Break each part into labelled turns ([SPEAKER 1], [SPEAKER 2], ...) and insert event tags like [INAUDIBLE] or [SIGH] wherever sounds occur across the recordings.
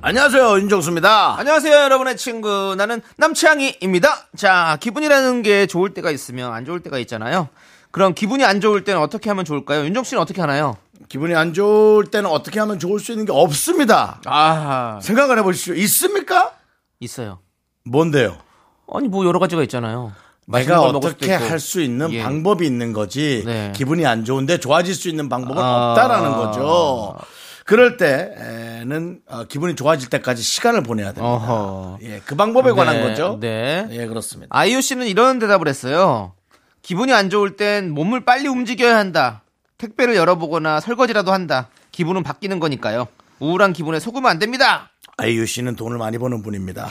[SPEAKER 1] 안녕하세요 윤정수입니다.
[SPEAKER 2] 안녕하세요, 여러분의 친구. 나는 남창희입니다. 자, 기분이라는 게 좋을 때가 있으면 안 좋을 때가 있잖아요. 그럼 기분이 안 좋을 때는 어떻게 하면 좋을까요? 윤정 씨는 어떻게 하나요?
[SPEAKER 1] 기분이 안 좋을 때는 어떻게 하면 좋을 수 있는 게 없습니다.
[SPEAKER 2] 아,
[SPEAKER 1] 생각을 해보십시오. 있습니까?
[SPEAKER 2] 있어요.
[SPEAKER 1] 뭔데요?
[SPEAKER 2] 아니, 뭐 여러 가지가 있잖아요. 맛있는
[SPEAKER 1] 내가
[SPEAKER 2] 걸 먹을 수도
[SPEAKER 1] 어떻게
[SPEAKER 2] 있고.
[SPEAKER 1] 할 수 있는
[SPEAKER 2] 예.
[SPEAKER 1] 방법이 있는 거지
[SPEAKER 2] 네.
[SPEAKER 1] 기분이 안 좋은데 좋아질 수 있는 방법은
[SPEAKER 2] 아.
[SPEAKER 1] 없다라는 거죠. 그럴 때는 어, 기분이 좋아질 때까지 시간을 보내야 됩니다.
[SPEAKER 2] 어허.
[SPEAKER 1] 예, 그 방법에 관한
[SPEAKER 2] 네,
[SPEAKER 1] 거죠.
[SPEAKER 2] 네.
[SPEAKER 1] 예, 그렇습니다.
[SPEAKER 2] 아이유 씨는 이런 대답을 했어요. 기분이 안 좋을 땐 몸을 빨리 움직여야 한다. 택배를 열어보거나 설거지라도 한다. 기분은 바뀌는 거니까요. 우울한 기분에 속으면 안 됩니다.
[SPEAKER 1] 아이유 씨는 돈을 많이 버는 분입니다.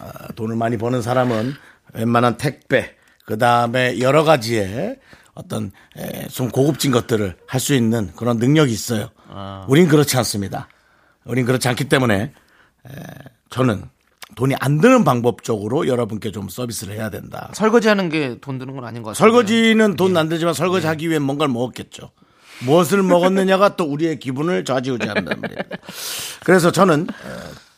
[SPEAKER 1] 아, 돈을 많이 버는 사람은 웬만한 택배, 그 다음에 여러 가지의 어떤 에, 좀 고급진 것들을 할 수 있는 그런 능력이 있어요. 우린 그렇지 않습니다. 우린 그렇지 않기 때문에 에, 저는 돈이 안 드는 방법 쪽으로 여러분께 좀 서비스를 해야 된다.
[SPEAKER 2] 설거지하는 게 돈 드는 건 아닌 것 같아요.
[SPEAKER 1] 설거지는
[SPEAKER 2] 예.
[SPEAKER 1] 돈 안 되지만 설거지 하기 위해 뭔가를 먹었겠죠. 무엇을 먹었느냐가 또 우리의 기분을 좌지우지한단 말이에요. 그래서 저는 어,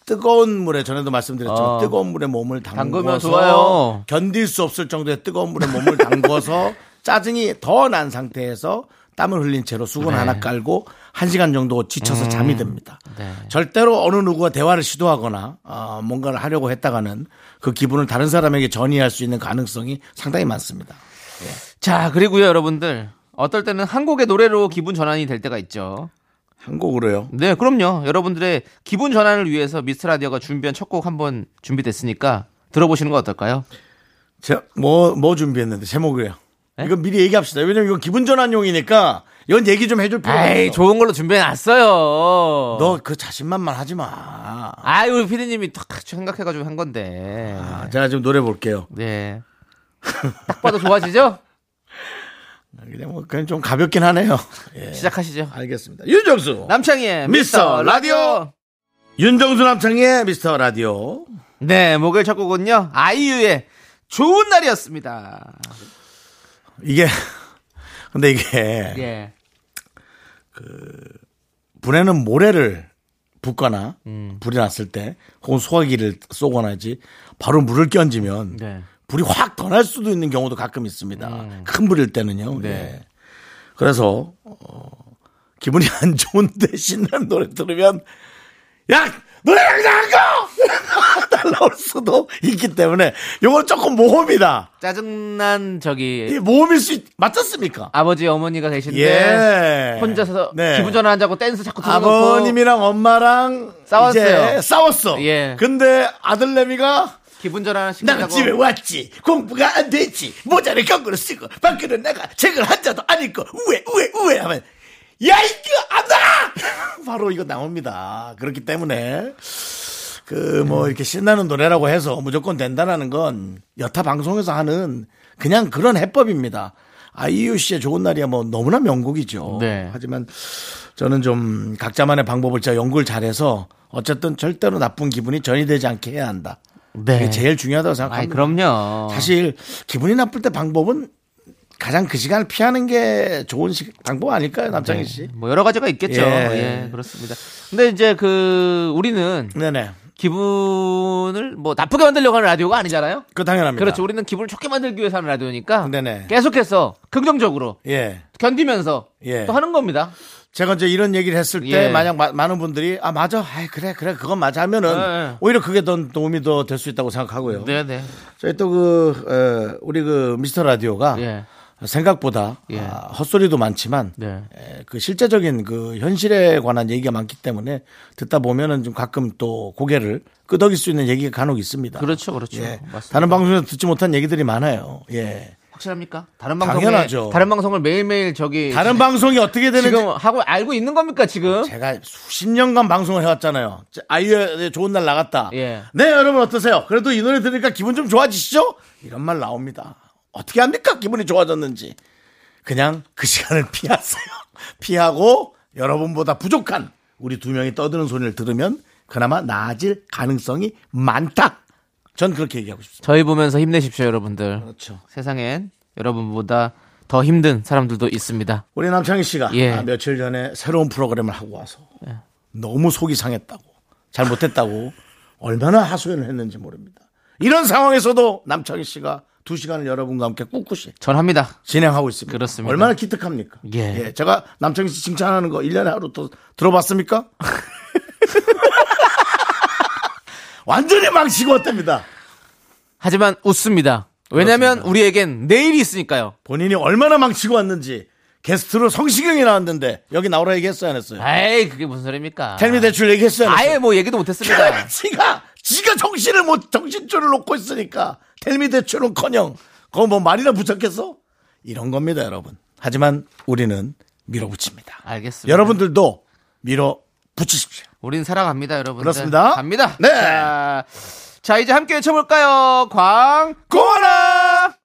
[SPEAKER 1] 뜨거운 물에 전에도 말씀드렸지만
[SPEAKER 2] 어.
[SPEAKER 1] 뜨거운 물에 몸을
[SPEAKER 2] 담그면
[SPEAKER 1] 담궈서
[SPEAKER 2] 좋아요.
[SPEAKER 1] 견딜 수 없을 정도의 뜨거운 물에 몸을 담궈서 짜증이 더 난 상태에서 땀을 흘린 채로 수건 하나 깔고 한 시간 정도 지쳐서 잠이 듭니다.
[SPEAKER 2] 음. 네.
[SPEAKER 1] 절대로 어느 누구가 대화를 시도하거나 어, 뭔가를 하려고 했다가는 그 기분을 다른 사람에게 전이할 수 있는 가능성이 상당히 많습니다.
[SPEAKER 2] 자, 그리고요, 여러분들. 어떨 때는 한 곡의 노래로 기분 전환이 될 때가 있죠.
[SPEAKER 1] 한 곡으로요.
[SPEAKER 2] 네, 그럼요. 여러분들의 기분 전환을 위해서 미스터 라디오가 준비한 첫 곡 한번 준비됐으니까 들어보시는 거 어떨까요?
[SPEAKER 1] 뭐뭐 준비했는데 제목이요.
[SPEAKER 2] 네?
[SPEAKER 1] 이거 미리 얘기합시다. 왜냐면 이건 기분 전환용이니까 이건 얘기 좀 해줄 필요가
[SPEAKER 2] 에이,
[SPEAKER 1] 있어.
[SPEAKER 2] 네. 좋은 걸로 준비해 놨어요.
[SPEAKER 1] 너그 자신만만 하지 마.
[SPEAKER 2] 아유, 피디님이 딱 생각해가지고 한 건데.
[SPEAKER 1] 아, 제가 지금 노래 볼게요.
[SPEAKER 2] 네. 딱 봐도 좋아지죠?
[SPEAKER 1] 그냥 뭐 그냥 좀 가볍긴 [LAUGHS] 하네요. 예. [LAUGHS]
[SPEAKER 2] 시작하시죠.
[SPEAKER 1] 알겠습니다. 윤정수.
[SPEAKER 2] 남창희의
[SPEAKER 1] 미스터
[SPEAKER 2] 미스터
[SPEAKER 1] 라디오.
[SPEAKER 2] 라디오.
[SPEAKER 1] 윤정수 남창의 미스터 라디오.
[SPEAKER 2] 네, 목요일 첫 곡은요. 아이유의 좋은 날이었습니다.
[SPEAKER 1] 이게 [LAUGHS] 근데 이게
[SPEAKER 2] 예.
[SPEAKER 1] 불에는 모래를 붓거나 불이 났을 때 혹은 소화기를 쏘거나지 바로 물을 끼얹으면
[SPEAKER 2] 네.
[SPEAKER 1] 불이 확 더 날 수도 있는 경우도 가끔 있습니다.
[SPEAKER 2] 음.
[SPEAKER 1] 큰 불일 때는요.
[SPEAKER 2] 네.
[SPEAKER 1] 예. 그래서 어, 기분이 안 좋은데 [LAUGHS] 신나는 노래 들으면 야 노래 이상한 거 [LAUGHS] 달라올 수도 있기 때문에 요건 조금 모험이다.
[SPEAKER 2] 짜증난 저기
[SPEAKER 1] 이 모험일 수 있, 맞았습니까?
[SPEAKER 2] 아버지 어머니가 계신데
[SPEAKER 1] 예.
[SPEAKER 2] 혼자서
[SPEAKER 1] 네.
[SPEAKER 2] 기분 전환하자고 댄스 자꾸 틀어놓고
[SPEAKER 1] 아버님이랑 엄마랑
[SPEAKER 2] 싸웠어요.
[SPEAKER 1] 이제 싸웠어.
[SPEAKER 2] 예.
[SPEAKER 1] 근데 아들내미가
[SPEAKER 2] 기분 전환
[SPEAKER 1] 나는
[SPEAKER 2] 시킨다고
[SPEAKER 1] 집에 왔지. 공부가 안 됐지. 모자를 거꾸로 쓰고 밖으로 내가 책을 한 자도 안 읽고 우에 우에 우에 하면 야 이거 안 나가. [LAUGHS] 바로 이거 나옵니다. 그렇기 때문에 그 뭐
[SPEAKER 2] 네.
[SPEAKER 1] 이렇게 신나는 노래라고 해서 무조건 된다라는 건 여타 방송에서 하는 그냥 그런 해법입니다. 아이유 씨의 좋은 날이야 뭐 너무나 명곡이죠.
[SPEAKER 2] 네.
[SPEAKER 1] 하지만 저는 좀 각자만의 방법을 제가 연구를 잘해서 어쨌든 절대로 나쁜 기분이 전이되지 않게 해야 한다.
[SPEAKER 2] 네.
[SPEAKER 1] 이게 제일 중요하다고
[SPEAKER 2] 아이
[SPEAKER 1] 생각합니다.
[SPEAKER 2] 그럼요 어.
[SPEAKER 1] 사실 기분이 나쁠 때 방법은 가장 그 시간을 피하는 게 좋은 시- 방법 아닐까요, 남창희 씨?
[SPEAKER 2] 뭐 여러 가지가 있겠죠
[SPEAKER 1] 예.
[SPEAKER 2] 예. 그렇습니다 근데 이제 그 우리는
[SPEAKER 1] 네네.
[SPEAKER 2] 기분을 뭐 나쁘게 만들려고 하는 라디오가 아니잖아요
[SPEAKER 1] 그 당연합니다.
[SPEAKER 2] 그렇죠 우리는 기분을 좋게 만들기 위해서 하는 라디오니까
[SPEAKER 1] 네네.
[SPEAKER 2] 계속해서 긍정적으로
[SPEAKER 1] 예.
[SPEAKER 2] 견디면서
[SPEAKER 1] 예.
[SPEAKER 2] 또 하는 겁니다
[SPEAKER 1] 제가 이제 이런 얘기를 했을 때
[SPEAKER 2] 예.
[SPEAKER 1] 만약 마- 많은 분들이 아 맞아, 아이, 그래 그래 그건 맞아 하면은
[SPEAKER 2] 예, 예.
[SPEAKER 1] 오히려 그게 더 도움이 더 될 수 있다고 생각하고요.
[SPEAKER 2] 네네
[SPEAKER 1] 저희 또그 우리 그 미스터 라디오가
[SPEAKER 2] 예.
[SPEAKER 1] 생각보다
[SPEAKER 2] 예.
[SPEAKER 1] 아, 헛소리도 많지만
[SPEAKER 2] 네.
[SPEAKER 1] 에, 그 실제적인 그 현실에 관한 얘기가 많기 때문에 듣다 보면은 좀 가끔 또 고개를 끄덕일 수 있는 얘기가 간혹 있습니다.
[SPEAKER 2] 그렇죠, 그렇죠.
[SPEAKER 1] 예.
[SPEAKER 2] 맞습니다.
[SPEAKER 1] 다른 방송에서 듣지 못한 얘기들이 많아요. 예.
[SPEAKER 2] 확실합니까? 다른 방송에
[SPEAKER 1] 당연하죠.
[SPEAKER 2] 다른 방송을 매일매일 저기
[SPEAKER 1] 다른 방송이 어떻게 되는지
[SPEAKER 2] 예, 지금 하고 알고 있는 겁니까 지금?
[SPEAKER 1] 제가 수십 년간 방송을 해왔잖아요. 아이유의 좋은 날 나갔다.
[SPEAKER 2] 예.
[SPEAKER 1] 네, 여러분 어떠세요? 그래도 이 노래 들으니까 기분 좀 좋아지시죠? 이런 말 나옵니다. 어떻게 합니까? 기분이 좋아졌는지. 그냥 그 시간을 [LAUGHS] 피하세요. 피하고 여러분보다 부족한 우리 두 명이 떠드는 소리를 들으면 그나마 나아질 가능성이 많다. 전 그렇게 얘기하고 싶습니다.
[SPEAKER 2] 저희 보면서 힘내십시오 여러분들.
[SPEAKER 1] 그렇죠.
[SPEAKER 2] 세상엔 여러분보다 더 힘든 사람들도 있습니다.
[SPEAKER 1] 우리 남창희 씨가
[SPEAKER 2] 예.
[SPEAKER 1] 아, 며칠 전에 새로운 프로그램을 하고 와서 너무 속이 상했다고 잘못했다고 [LAUGHS] 얼마나 하소연을 했는지 모릅니다. 이런 상황에서도 남창희 씨가 두 시간을 여러분과 함께 꿋꿋이
[SPEAKER 2] 전 합니다.
[SPEAKER 1] 진행하고 있습니다.
[SPEAKER 2] 그렇습니다.
[SPEAKER 1] 얼마나 기특합니까?
[SPEAKER 2] 예.
[SPEAKER 1] 제가 남창희 씨 칭찬하는 거 1년에 하루 또 들어봤습니까? [LAUGHS] 완전히 망치고 왔답니다.
[SPEAKER 2] 하지만 웃습니다. 왜냐면 우리에겐 내일이 있으니까요.
[SPEAKER 1] 본인이 얼마나 망치고 왔는지 게스트로 성시경이 나왔는데 여기 나오라 얘기했어요 안 했어요?
[SPEAKER 2] 에이 그게 무슨 소리입니까?
[SPEAKER 1] 텔미 대출 얘기했어요 안 했어요?
[SPEAKER 2] 아예 뭐 얘기도 못했습니다.
[SPEAKER 1] [LAUGHS] 지가 지가 정신을 못 정신줄을 놓고 있으니까 텔미 대출은커녕 그거 뭐 말이나 붙였겠어? 이런 겁니다, 여러분. 하지만 우리는 밀어붙입니다.
[SPEAKER 2] 알겠습니다.
[SPEAKER 1] 여러분들도 밀어붙이십시오.
[SPEAKER 2] 우린 살아갑니다, 여러분들.
[SPEAKER 1] 그렇습니다.
[SPEAKER 2] 갑니다.
[SPEAKER 1] 네.
[SPEAKER 2] 자, 자, 이제 함께 외쳐볼까요? 광.
[SPEAKER 1] 고마라.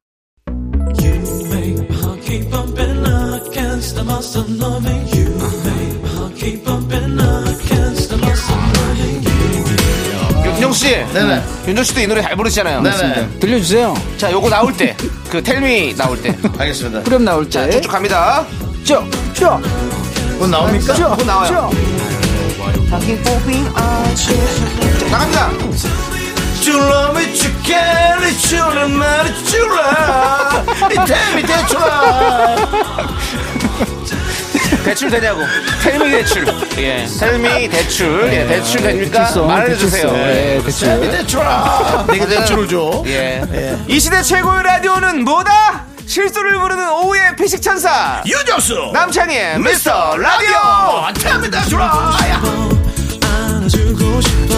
[SPEAKER 2] 윤정 씨. 네네. 윤정 씨도 이 노래 잘 부르시잖아요.
[SPEAKER 1] 네네.
[SPEAKER 3] 들려주세요.
[SPEAKER 2] 자, 요거 나올
[SPEAKER 1] 네.
[SPEAKER 2] 때. 그 텔미 나올 때.
[SPEAKER 1] 알겠습니다.
[SPEAKER 3] 그럼 나올 때.
[SPEAKER 2] 쭉쭉 갑니다.
[SPEAKER 3] 쭉, 쭉,
[SPEAKER 1] 곧 나옵니까?
[SPEAKER 3] 쭉,
[SPEAKER 2] 또 나와요.
[SPEAKER 3] 쭉.
[SPEAKER 2] 나갑니다.
[SPEAKER 1] You love me, you care, you love me, you love. 이 텔미 대출아.
[SPEAKER 2] 대출 되냐고. 텔미 대출. 예. 텔미 대출. 예. 대출 됩니까?
[SPEAKER 3] 대출성,
[SPEAKER 2] 말해주세요.
[SPEAKER 3] 대출성.
[SPEAKER 2] 예. 네,
[SPEAKER 3] 예,
[SPEAKER 1] 텔미
[SPEAKER 3] 대출.
[SPEAKER 1] 대출아. 내게 대출을 줘.
[SPEAKER 2] 예.
[SPEAKER 1] 예.
[SPEAKER 2] 이 시대 최고의 라디오는 뭐다? 실수를 부르는 오후의 피식천사.
[SPEAKER 1] 유정수.
[SPEAKER 2] [LAUGHS] 남창희의 미스터 라디오.
[SPEAKER 1] 라디오. 텔미 대출아. 야.
[SPEAKER 4] 안아주고 싶어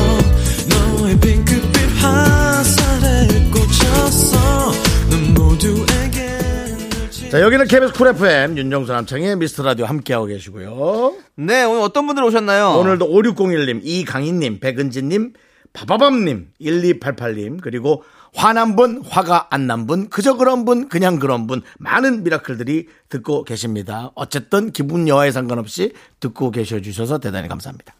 [SPEAKER 4] 너의 핑크빛 화살에 꽂혔어 넌 모두에게 늘 지-
[SPEAKER 1] 자 여기는 KBS 쿨 FM 윤정수 남창의 미스터 라디오 함께하고 계시고요.
[SPEAKER 2] 네, 오늘 어떤 분들 오셨나요?
[SPEAKER 1] 오늘도 5601님, 이강인님, 백은진님, 바바밤님, 1288님 그리고 화난 분, 화가 안 난 분, 그저 그런 분, 그냥 그런 분 많은 미라클들이 듣고 계십니다. 어쨌든 기분 여하에 상관없이 듣고 계셔주셔서 대단히 감사합니다.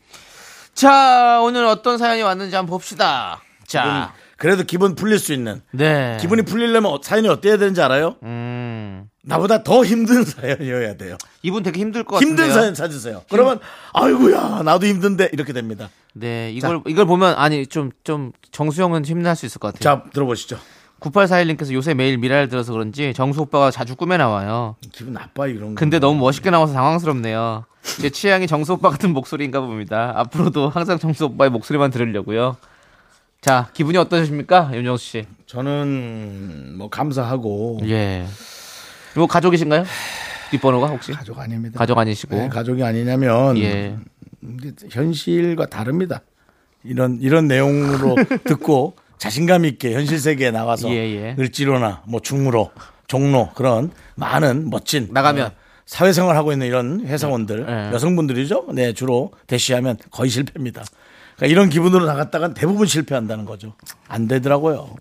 [SPEAKER 2] 자, 오늘 어떤 사연이 왔는지 한번 봅시다. 자,
[SPEAKER 1] 그래도 기분 풀릴 수 있는
[SPEAKER 2] 네.
[SPEAKER 1] 기분이 풀리려면 어- 사연이 어때야 되는지 알아요?
[SPEAKER 2] 음,
[SPEAKER 1] 나보다 더 힘든 [LAUGHS] 사연이어야 돼요.
[SPEAKER 2] 이분 되게 힘들 것
[SPEAKER 1] 힘든
[SPEAKER 2] 같은데요.
[SPEAKER 1] 사연 찾으세요. 그러면 아이고야 나도 힘든데 이렇게 됩니다.
[SPEAKER 2] 네, 이걸 이걸 보면 아니 좀 좀 정수영은 힘날 수 있을 것 같아요.
[SPEAKER 1] 자 들어보시죠.
[SPEAKER 2] 9841님께서 요새 매일 미라를 들어서 그런지 정수 오빠가 자주 꿈에 나와요.
[SPEAKER 1] 기분 나빠 이런 거.
[SPEAKER 2] 근데 너무 멋있게 나와서 당황스럽네요. 제 취향이 정수 오빠 같은 목소리인가 봅니다. 앞으로도 항상 정수 오빠의 목소리만 들으려고요. 자, 기분이 어떠십니까? 윤정수 씨.
[SPEAKER 1] 저는 뭐 감사하고
[SPEAKER 2] 예. 뭐 가족이신가요? 뒷번호가 혹시?
[SPEAKER 1] 가족 아닙니다.
[SPEAKER 2] 가족 아니시고.
[SPEAKER 1] 왜 가족이 아니냐면
[SPEAKER 2] 예.
[SPEAKER 1] 이게 현실과 다릅니다. 이런 이런
[SPEAKER 2] [LAUGHS]
[SPEAKER 1] 내용으로 듣고 자신감 있게 현실 세계에 나와서
[SPEAKER 2] 예, 예.
[SPEAKER 1] 을지로나 뭐 중으로 종로 그런 많은 멋진
[SPEAKER 2] 나가면.
[SPEAKER 1] 어, 사회생활 하고 있는 이런 회사원들
[SPEAKER 2] 예.
[SPEAKER 1] 여성분들이죠. 네 주로 대시하면 거의 실패입니다. 그러니까 이런 기분으로 나갔다간 대부분 실패한다는 거죠. 안 되더라고요.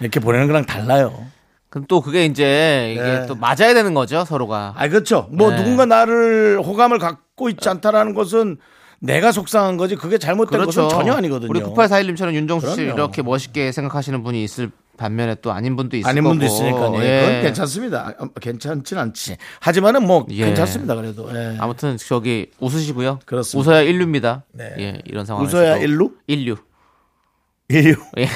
[SPEAKER 1] 이렇게 보내는 거랑 달라요.
[SPEAKER 2] 그럼 또 그게 이제 이게
[SPEAKER 1] 네.
[SPEAKER 2] 또 맞아야 되는 거죠 서로가.
[SPEAKER 1] 아, 그렇죠. 뭐
[SPEAKER 2] 네.
[SPEAKER 1] 누군가 나를 호감을 갖고 있지 않다라는 것은 내가 속상한 거지 그게 잘못된
[SPEAKER 2] 그렇죠.
[SPEAKER 1] 것은 전혀 아니거든요.
[SPEAKER 2] 우리 9841님처럼 윤정수 씨
[SPEAKER 1] 그럼요.
[SPEAKER 2] 이렇게 멋있게 생각하시는 분이 있을 반면에 또 아닌 분도 있을
[SPEAKER 1] 아닌
[SPEAKER 2] 거고.
[SPEAKER 1] 분도 있으니까요.
[SPEAKER 2] 예.
[SPEAKER 1] 그건 괜찮습니다. 아, 괜찮진 않지. 하지만은 뭐
[SPEAKER 2] 예.
[SPEAKER 1] 괜찮습니다. 그래도 예.
[SPEAKER 2] 아무튼 저기 웃으시고요.
[SPEAKER 1] 그렇습니다.
[SPEAKER 2] 웃어야 인류입니다.
[SPEAKER 1] 네.
[SPEAKER 2] 예, 이런 상황에서
[SPEAKER 1] 웃어야 일루?
[SPEAKER 2] 인류.
[SPEAKER 1] 인류.
[SPEAKER 2] 예.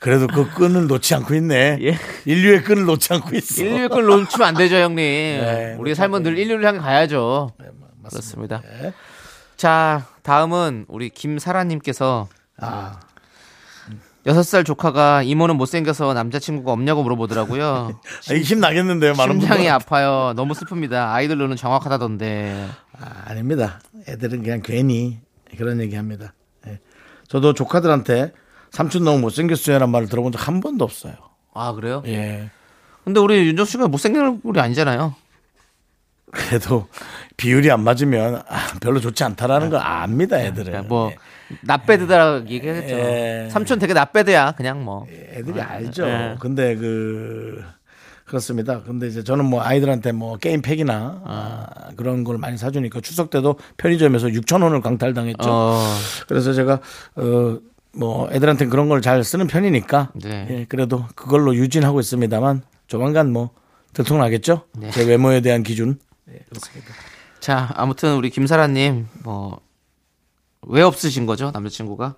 [SPEAKER 1] 그래도 그 끈을 놓지 않고 있네.
[SPEAKER 2] 예.
[SPEAKER 1] 인류의 끈을 놓지 않고 있어.
[SPEAKER 2] 인류의 걸 놓치면 안
[SPEAKER 1] [LAUGHS]
[SPEAKER 2] 되죠, 형님. 우리
[SPEAKER 1] 그렇죠.
[SPEAKER 2] 삶은 늘 인류를 향해 가야죠.
[SPEAKER 1] 네,
[SPEAKER 2] 그렇습니다. 자, 다음은 우리 김사라님께서
[SPEAKER 1] 아,
[SPEAKER 2] 여섯 살 조카가 이모는 못생겨서 남자친구가 없냐고 물어보더라고요.
[SPEAKER 1] 아, 이거 힘 나겠는데요. [LAUGHS] 많은
[SPEAKER 2] 심장이
[SPEAKER 1] 분들.
[SPEAKER 2] 아파요. 너무 슬픕니다. 아이돌로는 정확하다던데.
[SPEAKER 1] 아, 아닙니다. 애들은 그냥 괜히 그런 얘기 합니다. 예. 저도 조카들한테 삼촌 너무 못생겼어요라는 말을 들어본 적 한 번도 없어요.
[SPEAKER 2] 아 그래요?
[SPEAKER 1] 예.
[SPEAKER 2] 근데 우리 윤정 씨가 못생긴 얼굴이 아니잖아요.
[SPEAKER 1] 그래도 비율이 안 맞으면 아, 별로 좋지 않다라는 걸 압니다, 애들은. 네.
[SPEAKER 2] 그러니까 뭐 나빼드다라고 얘기하겠죠.
[SPEAKER 1] 예.
[SPEAKER 2] 삼촌 되게 나빼드야. 그냥 뭐.
[SPEAKER 1] 애들이 알죠.
[SPEAKER 2] 예.
[SPEAKER 1] 근데 그 그렇습니다. 근데 이제 저는 뭐 아이들한테 뭐 게임팩이나
[SPEAKER 2] 어.
[SPEAKER 1] 아, 그런 걸 많이 사주니까 추석 때도 편의점에서 6천 원을 강탈당했죠.
[SPEAKER 2] 어.
[SPEAKER 1] 그래서 제가 어 뭐 애들한테 그런 걸 잘 쓰는 편이니까
[SPEAKER 2] 네.
[SPEAKER 1] 예, 그래도 그걸로 유진하고 있습니다만 조만간 뭐 들통나겠죠.
[SPEAKER 2] 네.
[SPEAKER 1] 제 외모에 대한 기준.
[SPEAKER 2] 자, 아무튼 우리 김사라님 뭐 왜 없으신 거죠 남자친구가?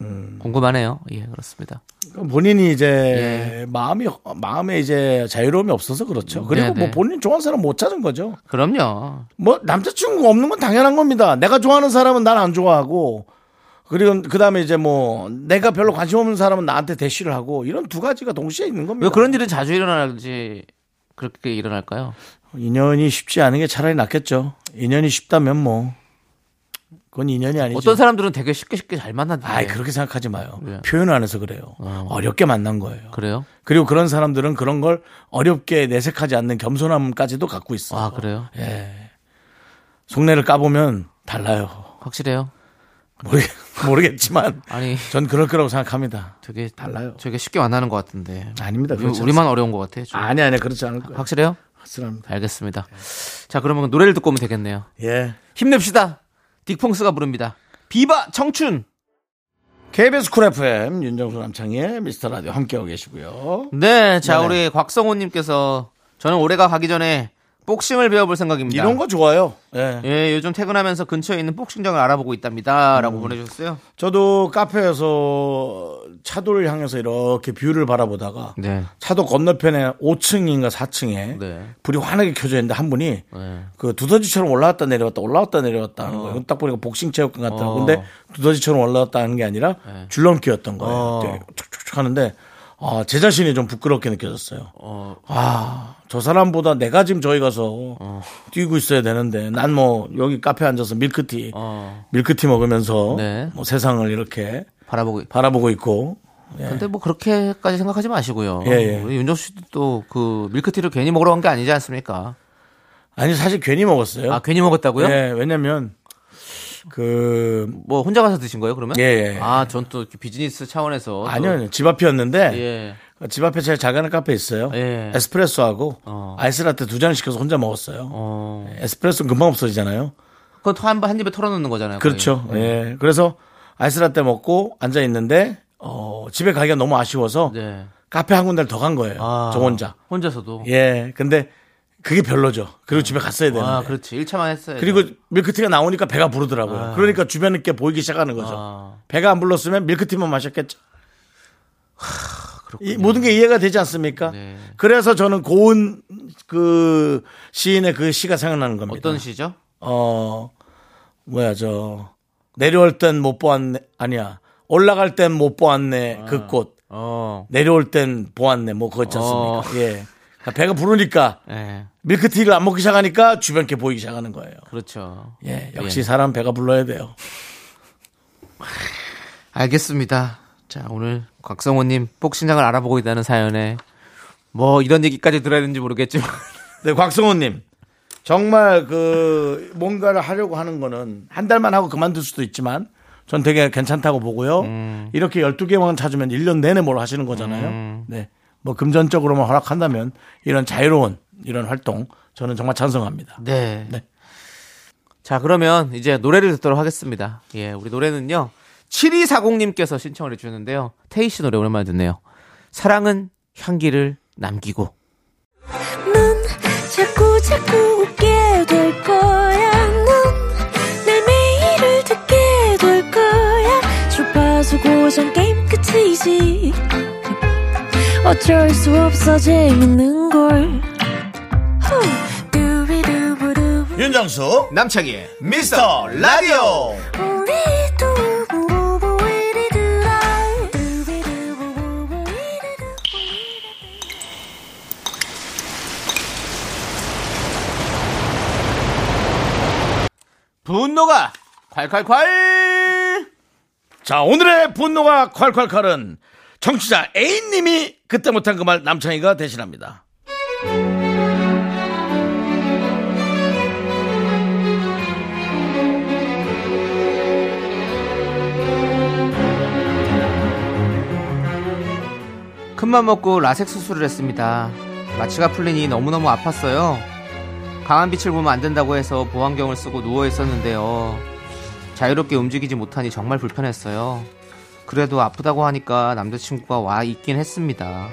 [SPEAKER 1] 음.
[SPEAKER 2] 궁금하네요. 예, 그렇습니다.
[SPEAKER 1] 본인이 이제
[SPEAKER 2] 예.
[SPEAKER 1] 마음이 마음에 이제 자유로움이 없어서 그렇죠. 그리고
[SPEAKER 2] 네,
[SPEAKER 1] 뭐
[SPEAKER 2] 네.
[SPEAKER 1] 본인 좋아하는 사람 못 찾은 거죠.
[SPEAKER 2] 그럼요.
[SPEAKER 1] 뭐 남자친구 없는 건 당연한 겁니다. 내가 좋아하는 사람은 난 안 좋아하고 그리고 그 다음에 이제 뭐 내가 별로 관심 없는 사람은 나한테 대시를 하고 이런 두 가지가 동시에 있는 겁니다.
[SPEAKER 2] 왜 그런 일은 자주 일어나는지 그렇게 일어날까요?
[SPEAKER 1] 인연이 쉽지 않은 게 차라리 낫겠죠. 인연이 쉽다면 뭐 그건 인연이 아니지.
[SPEAKER 2] 어떤 사람들은 네. 되게 쉽게 쉽게 잘 만난다.
[SPEAKER 1] 아이 그렇게 생각하지 마요.
[SPEAKER 2] 왜?
[SPEAKER 1] 표현을 안 해서 그래요. 어렵게 만난 거예요.
[SPEAKER 2] 그래요?
[SPEAKER 1] 그리고 그런 사람들은 그런 걸 어렵게 내색하지 않는 겸손함까지도 갖고 있어.
[SPEAKER 2] 아 그래요?
[SPEAKER 1] 속내를 까보면 달라요.
[SPEAKER 2] 확실해요?
[SPEAKER 1] 모르겠, 모르겠지만
[SPEAKER 2] 아니
[SPEAKER 1] 전 그럴 거라고 생각합니다.
[SPEAKER 2] 되게
[SPEAKER 1] 달라요.
[SPEAKER 2] 되게 쉽게 만나는 것 같은데.
[SPEAKER 1] 아닙니다. 그렇죠.
[SPEAKER 2] 우리, 우리만 어려운 것 같아. 좀.
[SPEAKER 1] 아니 그렇죠. 아니 그렇지 않을 거예요.
[SPEAKER 2] 확실해요?
[SPEAKER 1] 확실합니다.
[SPEAKER 2] 알겠습니다. 자 그러면 노래를 듣고 오면 되겠네요.
[SPEAKER 1] 예.
[SPEAKER 2] 힘냅시다. 딕펑스가 부릅니다. 비바 청춘.
[SPEAKER 1] KBS 쿨 FM 윤정수 남창희의 미스터 라디오 함께하고 계시고요.
[SPEAKER 2] 네, 자
[SPEAKER 1] 네네.
[SPEAKER 2] 우리 곽성호님께서 저는 올해가 가기 전에 복싱을 배워볼 생각입니다.
[SPEAKER 1] 이런 거 좋아요. 예.
[SPEAKER 2] 예, 요즘 퇴근하면서 근처에 있는 복싱장을 알아보고
[SPEAKER 1] 음.
[SPEAKER 2] 있답니다.라고 보내주셨어요.
[SPEAKER 1] 저도 카페에서 차도를 향해서 이렇게 뷰를 바라보다가
[SPEAKER 2] 네,
[SPEAKER 1] 차도 건너편에 5층인가 4층에
[SPEAKER 2] 네.
[SPEAKER 1] 불이 환하게 켜져 있는데 한 분이
[SPEAKER 2] 네.
[SPEAKER 1] 그 두더지처럼 올라왔다 내려왔다 올라왔다 내려왔다 하는 거예요. 딱 보니까 복싱 체육관 같더라고.
[SPEAKER 2] 어. 네.
[SPEAKER 1] 근데 두더지처럼 올라왔다 하는 게 아니라 줄넘기였던 거예요.
[SPEAKER 2] 어.
[SPEAKER 1] 되게 촉촉촉 하는데 아, 제 자신이 좀 부끄럽게 느껴졌어요. 아, 저 사람보다 내가 지금 저기 가서 뛰고 있어야 되는데 난 뭐 여기 카페 앉아서 밀크티
[SPEAKER 2] 어.
[SPEAKER 1] 밀크티 먹으면서
[SPEAKER 2] 네.
[SPEAKER 1] 뭐 세상을 이렇게
[SPEAKER 2] 바라보고.
[SPEAKER 1] 바라보고 있고
[SPEAKER 2] 근데 뭐 그렇게까지 생각하지 마시고요.
[SPEAKER 1] 예, 예.
[SPEAKER 2] 우리 윤정수 씨도 또 그 밀크티를 괜히 먹으러 간 게 아니지 않습니까?
[SPEAKER 1] 아니 사실 괜히 먹었어요.
[SPEAKER 2] 아 괜히 먹었다고요?
[SPEAKER 1] 예, 왜냐면 그
[SPEAKER 2] 뭐 혼자 가서 드신 거예요 그러면?
[SPEAKER 1] 예, 예.
[SPEAKER 2] 아 전 또 비즈니스 차원에서 또-
[SPEAKER 1] 아니요, 아니요. 집 앞이었는데
[SPEAKER 2] 예.
[SPEAKER 1] 집 앞에 제가 잘 가는 카페 있어요.
[SPEAKER 2] 예.
[SPEAKER 1] 에스프레소하고
[SPEAKER 2] 어.
[SPEAKER 1] 아이스라떼 두 잔 시켜서 혼자 먹었어요.
[SPEAKER 2] 어.
[SPEAKER 1] 예. 에스프레소는 금방 없어지잖아요.
[SPEAKER 2] 그건 한, 한 입에 털어놓는 거잖아요. 거의.
[SPEAKER 1] 그렇죠. 예. 그래서 아이스라떼 먹고 앉아 있는데 어, 집에 가기가 너무 아쉬워서
[SPEAKER 2] 네.
[SPEAKER 1] 카페 한 군데를 더 간 거예요.
[SPEAKER 2] 아.
[SPEAKER 1] 저 혼자.
[SPEAKER 2] 혼자서도.
[SPEAKER 1] 예. 근데 그게 별로죠. 그리고 집에 갔어야 되는데.
[SPEAKER 2] 아 그렇지. 1차만 했어요.
[SPEAKER 1] 그리고 밀크티가 나오니까 배가 부르더라고요. 그러니까 주변에 게 보이기 시작하는 거죠.
[SPEAKER 2] 아.
[SPEAKER 1] 배가 안 불렀으면 밀크티만 마셨겠죠. 이 모든 게 이해가 되지 않습니까?
[SPEAKER 2] 네.
[SPEAKER 1] 그래서 저는 고은 그 시인의 그 시가 생각나는 겁니다.
[SPEAKER 2] 어떤 시죠?
[SPEAKER 1] 어 뭐야 저 내려올 땐 못 보았네 아니야 올라갈 땐 못 보았네
[SPEAKER 2] 아.
[SPEAKER 1] 그 꽃
[SPEAKER 2] 어.
[SPEAKER 1] 내려올 땐 보았네 뭐 그거 있지 않습니까?
[SPEAKER 2] 어.
[SPEAKER 1] 예 배가 부르니까
[SPEAKER 2] 예.
[SPEAKER 1] 밀크티를 안 먹기 시작하니까 주변 게 보이기 시작하는 거예요.
[SPEAKER 2] 그렇죠.
[SPEAKER 1] 예, 역시 사람 배가 불러야 돼요.
[SPEAKER 2] 알겠습니다. 자, 오늘 곽성호님 복신장을 알아보고 있다는 사연에 뭐 이런 얘기까지 들어야 되는지 [LAUGHS] 모르겠지만
[SPEAKER 1] 네, 곽성호님. 정말 그 뭔가를 하려고 하는 거는 한 달만 하고 그만둘 수도 있지만 전 되게 괜찮다고 보고요. 이렇게 12개만 찾으면 1년 내내 뭘 하시는 거잖아요. 네. 뭐 금전적으로만 허락한다면 이런 자유로운 이런 활동 저는 정말 찬성합니다.
[SPEAKER 2] 네.
[SPEAKER 1] 네.
[SPEAKER 2] 자, 그러면 이제 노래를 듣도록 하겠습니다. 예, 우리 노래는요. 7240님께서 신청을 해주셨는데요. 테이 씨 노래 오랜만에 듣네요. 사랑은 향기를 남기고.
[SPEAKER 3] 넌 자꾸 자꾸 웃게 될 거야. 넌내 매일을 듣게 될 거야. 주파수 고정 게임 끝이지. 어쩔 수 없어 재밌는 걸. 후. 두비두부두.
[SPEAKER 1] 윤정수 남창희의 미스터 라디오
[SPEAKER 3] 우리 두부부부 우리 두라. 두비두부부부 우리 두부부.
[SPEAKER 2] 분노가 콸콸콸!
[SPEAKER 1] 자, 오늘의 분노가 콸콸콸은 청취자 A님이 그때 못한 그 말 남창희가 대신합니다.
[SPEAKER 2] 큰맘 먹고 라섹 수술을 했습니다. 마취가 풀리니 너무너무 아팠어요. 강한 빛을 보면 안 된다고 해서 보안경을 쓰고 누워 있었는데요. 자유롭게 움직이지 못하니 정말 불편했어요. 그래도 아프다고 하니까 남자친구가 와 있긴 했습니다.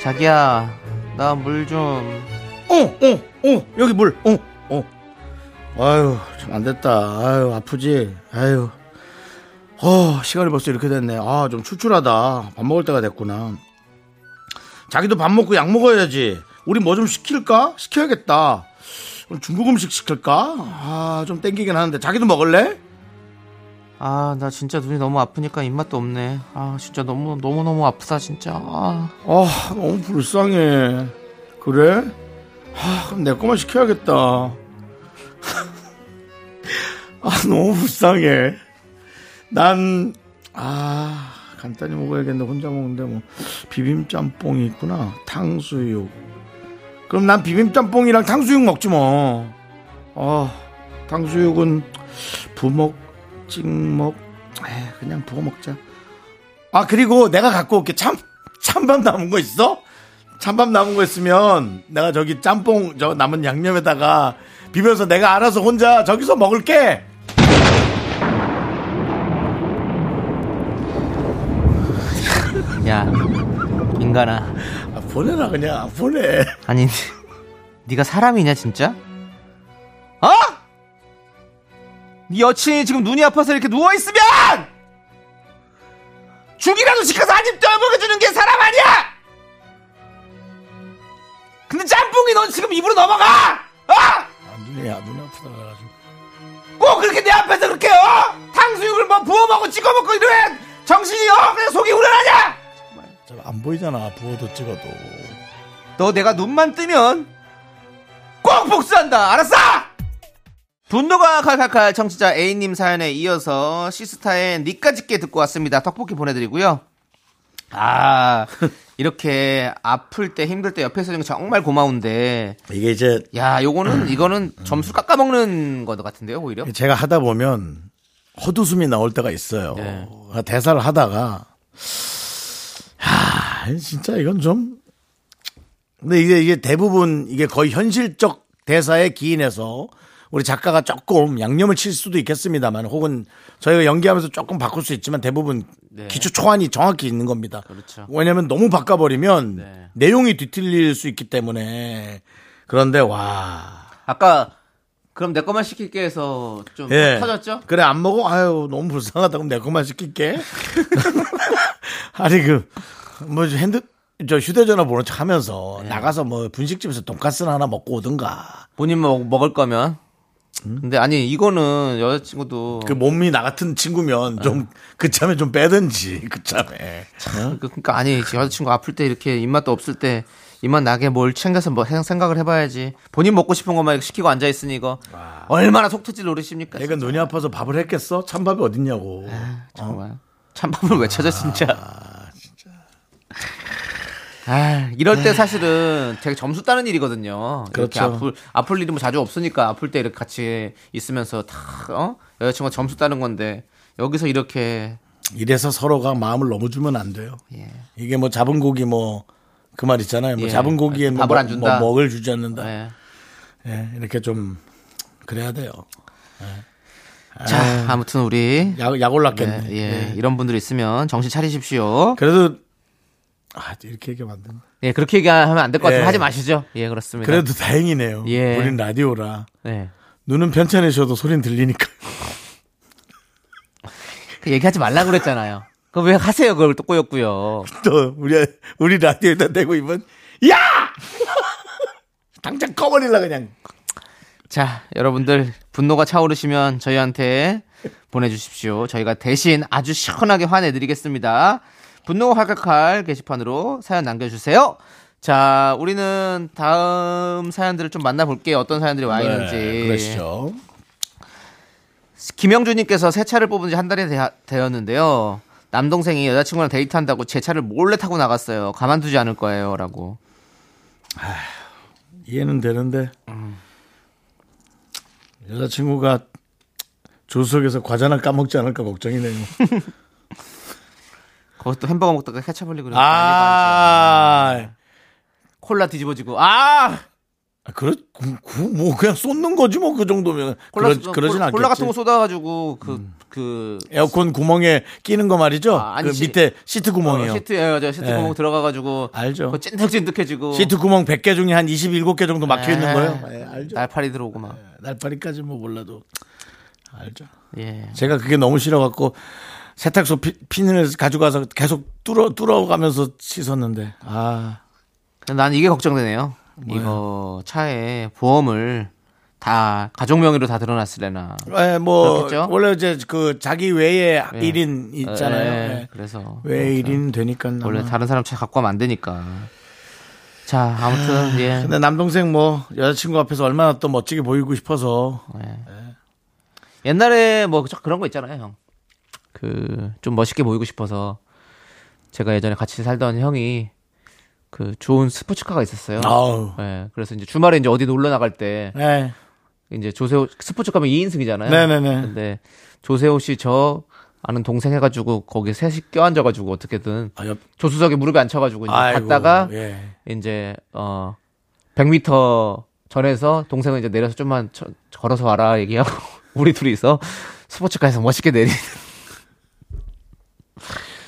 [SPEAKER 2] 자기야, 나 물 좀.
[SPEAKER 1] 어, 어, 어, 여기 물, 어, 어. 아유, 참 안 됐다. 아유, 아프지. 아유. 어, 시간이 벌써 이렇게 됐네. 아, 좀 출출하다. 밥 먹을 때가 됐구나. 자기도 밥 먹고 약 먹어야지. 우리 뭐 좀 시킬까? 시켜야겠다. 그럼 중국 음식 시킬까? 아, 좀 땡기긴 하는데. 자기도 먹을래?
[SPEAKER 2] 아, 나 진짜 눈이 너무 아프니까 입맛도 없네. 아, 진짜 너무, 너무너무 아프다, 진짜. 아.
[SPEAKER 1] 아, 너무 불쌍해. 그래? 아, 그럼 내 거만 시켜야겠다. [LAUGHS] 아, 너무 불쌍해. 난, 아, 간단히 먹어야겠는데 혼자 먹는데 뭐, 비빔짬뽕이 있구나. 탕수육. 그럼 난 비빔짬뽕이랑 탕수육 먹지 뭐. 아, 탕수육은 부먹, 찍먹, 에 그냥 부어 먹자. 아 그리고 내가 갖고 올게 참 찬밥 남은 거 있어? 찬밥 남은 거 있으면 내가 저기 짬뽕 저 남은 양념에다가 비벼서 내가 알아서 혼자 저기서 먹을게.
[SPEAKER 2] 야, 인간아.
[SPEAKER 1] 아, 보내라 그냥 보내.
[SPEAKER 2] 아니, [LAUGHS] 네가 사람이냐, 진짜? 어? 네 여친이 지금 눈이 아파서 이렇게 누워있으면! 죽이라도 시켜서 한 입 떠먹여주는 게 사람 아니야! 근데 짬뽕이 넌 지금 입으로 넘어가! 어?
[SPEAKER 1] 아, 눈이 아, 눈 아프다 그래가지고.
[SPEAKER 2] 꼭 그렇게 내 앞에서 그렇게 어? 탕수육을 뭐 부어 먹고 찍어 먹고 이래 정신이 어 그냥 속이 우려나냐?
[SPEAKER 1] 잘 안 보이잖아 부어도 찍어도.
[SPEAKER 2] 너 내가 눈만 뜨면 꼭 복수한다 알았어? 분노가 칼칼칼 청취자 A님 사연에 이어서 시스타의 니까지 게 듣고 왔습니다 떡볶이 보내드리고요 아 [LAUGHS] 이렇게 아플 때 힘들 때 옆에서 주는 거 정말 고마운데
[SPEAKER 1] 이게 이제
[SPEAKER 2] 야 요거는 이거는 점수 깎아먹는 것 같은데요 오히려
[SPEAKER 1] 예, 제가 하다 보면 헛웃음이 나올 때가 있어요. 그러니까
[SPEAKER 2] 네.
[SPEAKER 1] 대사를 하다가 하, 진짜 이건 좀 근데 이게 이게 대부분 이게 거의 현실적 대사에 기인해서 우리 작가가 조금 양념을 칠 수도 있겠습니다만 혹은 저희가 연기하면서 조금 바꿀 수 있지만 대부분 기초 초안이 정확히 있는 겁니다.
[SPEAKER 2] 네. 그렇죠. 네.
[SPEAKER 1] 왜냐하면 너무 바꿔버리면 내용이 뒤틀릴 수 있기 때문에 그런데 와
[SPEAKER 2] 아까 그럼 내 것만 시킬게 해서 좀
[SPEAKER 1] 예.
[SPEAKER 2] 어, 터졌죠?
[SPEAKER 1] 그래 안 먹어? 아유 너무 불쌍하다. 그럼 내 것만
[SPEAKER 2] [LAUGHS]
[SPEAKER 1] 시킬게. 아니 그 뭐 핸드 저 휴대전화 번호
[SPEAKER 2] 예.
[SPEAKER 1] 하면서 나가서 뭐 분식집에서 돈가스나 하나 먹고 오든가.
[SPEAKER 2] 본인 먹, 먹을 거면. 근데 아니 이거는 여자친구도
[SPEAKER 1] 그 몸이 나 같은 친구면 좀
[SPEAKER 2] 어.
[SPEAKER 1] 그참에 좀 빼든지 그참에. 어?
[SPEAKER 2] 그- 그러니까 아니 여자친구 아플 때 이렇게 입맛도 없을 때 입맛 나게 뭘 챙겨서 뭐 생- 생각을 해봐야지 본인 먹고 싶은 것만 이렇게 시키고 앉아 있으니 이거 얼마나 속 터질 노릇입니까?
[SPEAKER 1] [LAUGHS] 내가 눈이 아파서 밥을 했겠어? 찬밥이 어딨냐고.
[SPEAKER 2] 아. 정말 찬밥을 왜 찾아 진짜. 아, 이럴 때 사실은 되게 점수 따는 일이거든요. 이렇게
[SPEAKER 1] 그렇죠.
[SPEAKER 2] 아플, 아플 일이 뭐 자주 없으니까 아플 때 이렇게 같이 있으면서 다, 어? 여자친구가 점수 따는 건데, 여기서 이렇게,
[SPEAKER 1] 이래서 서로가 마음을 너무 주면 안 돼요.
[SPEAKER 2] 예.
[SPEAKER 1] 이게 뭐 잡은 고기 뭐 그 말 있잖아요. 뭐
[SPEAKER 2] 예.
[SPEAKER 1] 잡은 고기에 뭐,
[SPEAKER 2] 밥을
[SPEAKER 1] 먹-
[SPEAKER 2] 안 준다.
[SPEAKER 1] 뭐 먹을 주지 않는다.
[SPEAKER 2] 예.
[SPEAKER 1] 예, 이렇게 좀 그래야 돼요.
[SPEAKER 2] 자, 아무튼 우리,
[SPEAKER 1] 약, 약 올랐겠네.
[SPEAKER 2] 예, 예. 이런 분들 있으면 정신 차리십시오.
[SPEAKER 1] 그래도 아, 이렇게 얘기하면 안 되나?
[SPEAKER 2] 예, 그렇게 얘기하면 안 될 것 같으면
[SPEAKER 1] 예.
[SPEAKER 2] 하지 마시죠. 예, 그렇습니다.
[SPEAKER 1] 그래도 다행이네요.
[SPEAKER 2] 예.
[SPEAKER 1] 우린 라디오라
[SPEAKER 2] 예.
[SPEAKER 1] 눈은 편찮으셔도 소린 들리니까. [LAUGHS]
[SPEAKER 2] 그 얘기하지 말라 그랬잖아요. 그거 왜 하세요? 그걸 또 꼬였고요.
[SPEAKER 1] 또 우리 우리 라디오에다 대고 이번 야! [LAUGHS] 당장 꺼버릴라 그냥.
[SPEAKER 2] 자, 여러분들 분노가 차오르시면 저희한테 보내주십시오. 저희가 대신 아주 시원하게 화내드리겠습니다. 분노 활각할 게시판으로 사연 남겨주세요. 자, 우리는 다음 사연들을 좀 만나볼게요. 어떤 사연들이 와 있는지.
[SPEAKER 1] 네, 그러시죠.
[SPEAKER 2] 김영주님께서 새 차를 뽑은 지 한 달이 되- 되었는데요. 남동생이 여자친구랑 데이트한다고 제 차를 몰래 타고 나갔어요. 가만두지 않을 거예요. 라고.
[SPEAKER 1] 이해는 되는데 여자친구가 조수석에서 과자나 까먹지 않을까 걱정이네요.
[SPEAKER 2] 그것도 햄버거 먹다가 케첩 흘리고 그래서 난리가 [LAUGHS] 아니지.
[SPEAKER 1] 아,
[SPEAKER 2] 콜라 뒤집어지고 아
[SPEAKER 1] 그렇, 그, 그, 뭐, 그냥 쏟는 거지, 뭐, 그 정도면.
[SPEAKER 2] 콜라
[SPEAKER 1] 그러, 그러진 않겠지. 음.
[SPEAKER 2] 콜라 같은 거 쏟아가지고 그 그
[SPEAKER 1] 에어컨 구멍에 끼는 거 말이죠?
[SPEAKER 2] 아,
[SPEAKER 1] 그
[SPEAKER 2] 아니지.
[SPEAKER 1] 밑에 시트 구멍이요.
[SPEAKER 2] 시트 예 맞아 시트
[SPEAKER 1] 예.
[SPEAKER 2] 구멍 들어가가지고
[SPEAKER 1] 알죠.
[SPEAKER 2] 그거 찐득찐득해지고
[SPEAKER 1] 시트 구멍 100개 중에 한 27개 정도 막혀 있는
[SPEAKER 2] 예.
[SPEAKER 1] 거예요. 예, 알죠.
[SPEAKER 2] 날파리 들어오고 막
[SPEAKER 1] 날파리까지 뭐 몰라도 알죠.
[SPEAKER 2] 예.
[SPEAKER 1] 제가 그게 너무 싫어갖고 세탁소 피, 핀을 가져가서 계속 뚫어 뚫어가면서 씻었는데 아
[SPEAKER 2] 난 이게 걱정되네요. 이거 차에 보험을 다 가족 명의로 다 드러났으려나.
[SPEAKER 1] 예, 뭐
[SPEAKER 2] 그렇겠죠?
[SPEAKER 1] 원래 이제 그 자기 외에
[SPEAKER 2] 예.
[SPEAKER 1] 일인 있잖아요.
[SPEAKER 2] 예,
[SPEAKER 1] 예.
[SPEAKER 2] 그래서 뭐
[SPEAKER 1] 외 1인 되니까
[SPEAKER 2] 원래
[SPEAKER 1] 원래
[SPEAKER 2] 다른 사람 차 갖고 하면 안 되니까. 자 아무튼 예.
[SPEAKER 1] 근데 남동생 뭐 여자친구 앞에서 얼마나 또 멋지게 보이고 싶어서
[SPEAKER 2] 옛날에 뭐 저- 그런 거 있잖아요, 형. 그 좀 멋있게 보이고 싶어서 제가 예전에 같이 살던 형이 그 좋은 스포츠카가 있었어요.
[SPEAKER 1] 아우
[SPEAKER 2] 예, 그래서 이제 주말에 이제 어디 놀러 나갈 때
[SPEAKER 1] 네.
[SPEAKER 2] 이제 조세호 스포츠 가면 2인승이잖아요.
[SPEAKER 1] 네네네.
[SPEAKER 2] 근데 조세호 씨 저 아는 동생 해가지고 거기 셋이 껴앉아가지고 어떻게든
[SPEAKER 1] 아, 옆,
[SPEAKER 2] 조수석에 무릎에 앉혀가지고 이제
[SPEAKER 1] 아이고,
[SPEAKER 2] 갔다가
[SPEAKER 1] 예.
[SPEAKER 2] 이제 어 100m 전에서 동생은 이제 내려서 좀만 저- 걸어서 와라 얘기하고 [LAUGHS] 우리 둘이서 스포츠카에서 멋있게 내리는 [LAUGHS]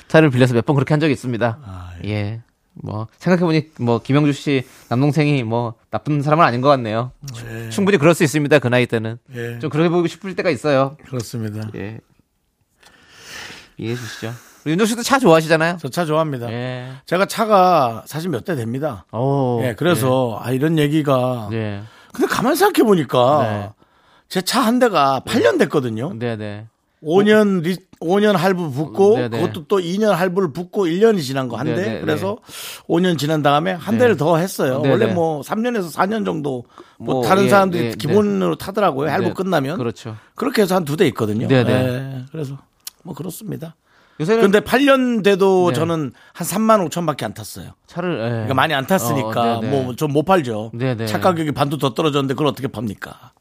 [SPEAKER 2] 차를 빌려서 몇 번 그렇게 한 적이 있습니다.
[SPEAKER 1] 아,
[SPEAKER 2] 예. 뭐 생각해보니 뭐 김영주 씨 남동생이 뭐 나쁜 사람은 아닌 것 같네요. 추- 충분히 그럴 수 있습니다. 그 나이 때는
[SPEAKER 1] 예.
[SPEAKER 2] 좀 그렇게 보이고 싶을 때가 있어요.
[SPEAKER 1] 그렇습니다.
[SPEAKER 2] 예. 이해해 주시죠. 우리 윤종 씨도 차 좋아하시잖아요.
[SPEAKER 1] 저 차 좋아합니다.
[SPEAKER 2] 예.
[SPEAKER 1] 제가 차가 사실 몇 대 됩니다.
[SPEAKER 2] 오.
[SPEAKER 1] 예, 그래서 아 이런 얘기가
[SPEAKER 2] 어, 예. 예.
[SPEAKER 1] 근데 가만 생각해
[SPEAKER 2] 네.
[SPEAKER 1] 보니까 제 차 한 대가 8년 됐거든요.
[SPEAKER 2] 네, 네.
[SPEAKER 1] 5년 리, 5년 할부 붙고
[SPEAKER 2] 네, 네.
[SPEAKER 1] 그것도 또 2년 할부를 붙고 1년이 지난 거 한 대.
[SPEAKER 2] 네, 네,
[SPEAKER 1] 그래서 5년 지난 다음에 한
[SPEAKER 2] 네.
[SPEAKER 1] 대를 더 했어요.
[SPEAKER 2] 네,
[SPEAKER 1] 원래
[SPEAKER 2] 네.
[SPEAKER 1] 뭐 3년에서 4년 정도 뭐
[SPEAKER 2] 뭐,
[SPEAKER 1] 다른
[SPEAKER 2] 예,
[SPEAKER 1] 사람들이
[SPEAKER 2] 네, 네.
[SPEAKER 1] 기본으로 타더라고요. 할부
[SPEAKER 2] 네,
[SPEAKER 1] 끝나면.
[SPEAKER 2] 그렇죠.
[SPEAKER 1] 그렇게 해서 한 두 대 있거든요.
[SPEAKER 2] 네, 네.
[SPEAKER 1] 예, 그래서 뭐 그렇습니다.
[SPEAKER 2] 요새는
[SPEAKER 1] 근데 8년 돼도
[SPEAKER 2] 네.
[SPEAKER 1] 저는 한 3만 5천밖에 안 탔어요.
[SPEAKER 2] 차를 예.
[SPEAKER 1] 그러니까 많이 안 탔으니까
[SPEAKER 2] 어, 네, 네.
[SPEAKER 1] 뭐 좀 못 팔죠.
[SPEAKER 2] 네, 네.
[SPEAKER 1] 차 가격이 반도 더 떨어졌는데 그걸 어떻게 팝니까?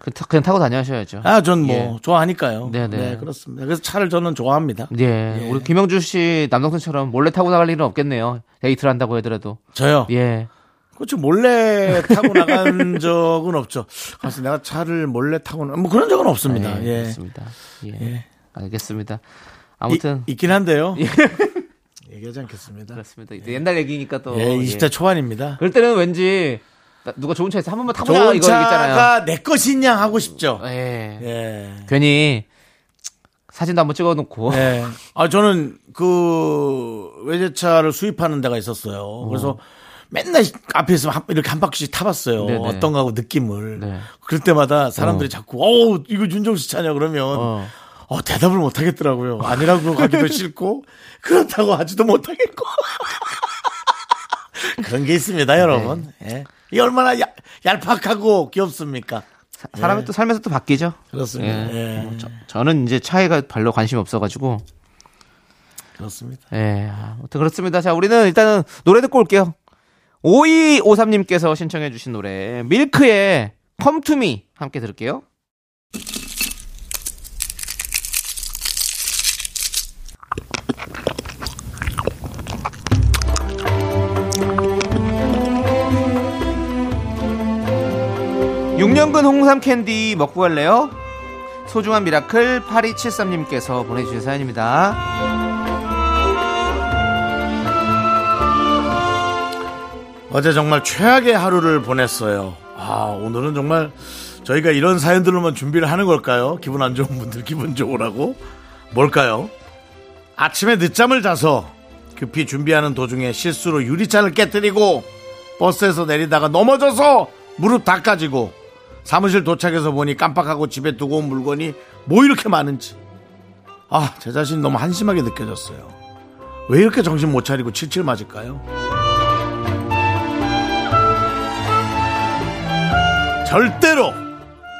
[SPEAKER 2] 그, 타- 그냥 타고 다녀셔야죠.
[SPEAKER 1] 아, 전 뭐
[SPEAKER 2] 예.
[SPEAKER 1] 좋아하니까요. 네,
[SPEAKER 2] 네, 네.
[SPEAKER 1] 그렇습니다. 그래서 차를 저는 좋아합니다.
[SPEAKER 2] 예. 우리 김영주 씨 남동생처럼 몰래 타고 나갈 일은 없겠네요. 데이트를 한다고 하더라도.
[SPEAKER 1] 저요.
[SPEAKER 2] 예.
[SPEAKER 1] 그렇죠. 몰래 타고 나간 [LAUGHS] 적은 없죠. 그래서 내가 차를 몰래 타고 나... 뭐 그런 적은 없습니다.
[SPEAKER 2] 예,
[SPEAKER 1] 예.
[SPEAKER 2] 그렇습니다. 예. 알겠습니다. 아무튼 예.
[SPEAKER 1] 이- 있긴 한데요. [LAUGHS] 얘기하지 않겠습니다.
[SPEAKER 2] 그렇습니다. 이제 옛날 얘기니까 또
[SPEAKER 1] 예, 20대
[SPEAKER 2] 예.
[SPEAKER 1] 초반입니다.
[SPEAKER 2] 그럴 때는 왠지 나- 누가 좋은 차에서 한 번만 타보자
[SPEAKER 1] 좋은
[SPEAKER 2] 이거 얘기잖아요.
[SPEAKER 1] 차가 내 것이냐 하고 싶죠.
[SPEAKER 2] 예.
[SPEAKER 1] 예.
[SPEAKER 2] 괜히 사진도 한번 찍어놓고
[SPEAKER 1] 네. 아, 저는 그 외제차를 수입하는 데가 있었어요. 그래서 맨날 앞에 있으면 한- 이렇게 한 바퀴씩 타봤어요.
[SPEAKER 2] 네네.
[SPEAKER 1] 어떤가 하고 느낌을.
[SPEAKER 2] 네.
[SPEAKER 1] 그럴 때마다 사람들이 자꾸, 어우, 이거 윤정수 차냐 그러면. 어.
[SPEAKER 2] 어.
[SPEAKER 1] 대답을 못 하겠더라고요.
[SPEAKER 2] [LAUGHS]
[SPEAKER 1] 아니라고 하기도 싫고, 그렇다고 하지도 못하겠고. [LAUGHS] 그런 게 있습니다, 여러분.
[SPEAKER 2] 네.
[SPEAKER 1] 예. 이게 얼마나 야- 얄팍하고 귀엽습니까?
[SPEAKER 2] 사- 사람이 또 살면서 또 바뀌죠.
[SPEAKER 1] 그렇습니다.
[SPEAKER 2] 예.
[SPEAKER 1] 예.
[SPEAKER 2] 저는 이제 차에가 별로 관심이 없어가지고
[SPEAKER 1] 그렇습니다.
[SPEAKER 2] 예, 아무튼 그렇습니다. 자, 우리는 일단은 노래 듣고 올게요. 5253님께서 신청해주신 노래, 밀크의 컴투미 함께 들을게요. 육년근 홍삼 캔디 먹고 갈래요? 소중한 미라클 8273님께서 보내주신 사연입니다.
[SPEAKER 1] 어제 정말 최악의 하루를 보냈어요. 아, 오늘은 정말 저희가 이런 사연들로만 준비를 하는 걸까요? 기분 안 좋은 분들 기분 좋으라고? 뭘까요? 아침에 늦잠을 자서 급히 준비하는 도중에 실수로 유리창을 깨뜨리고 버스에서 내리다가 넘어져서 무릎 다 까지고 사무실 도착해서 보니 깜빡하고 집에 두고 온 물건이 뭐 이렇게 많은지 아, 제 자신이 너무 한심하게 느껴졌어요. 왜 이렇게 정신 못 차리고 칠칠 맞을까요? 절대로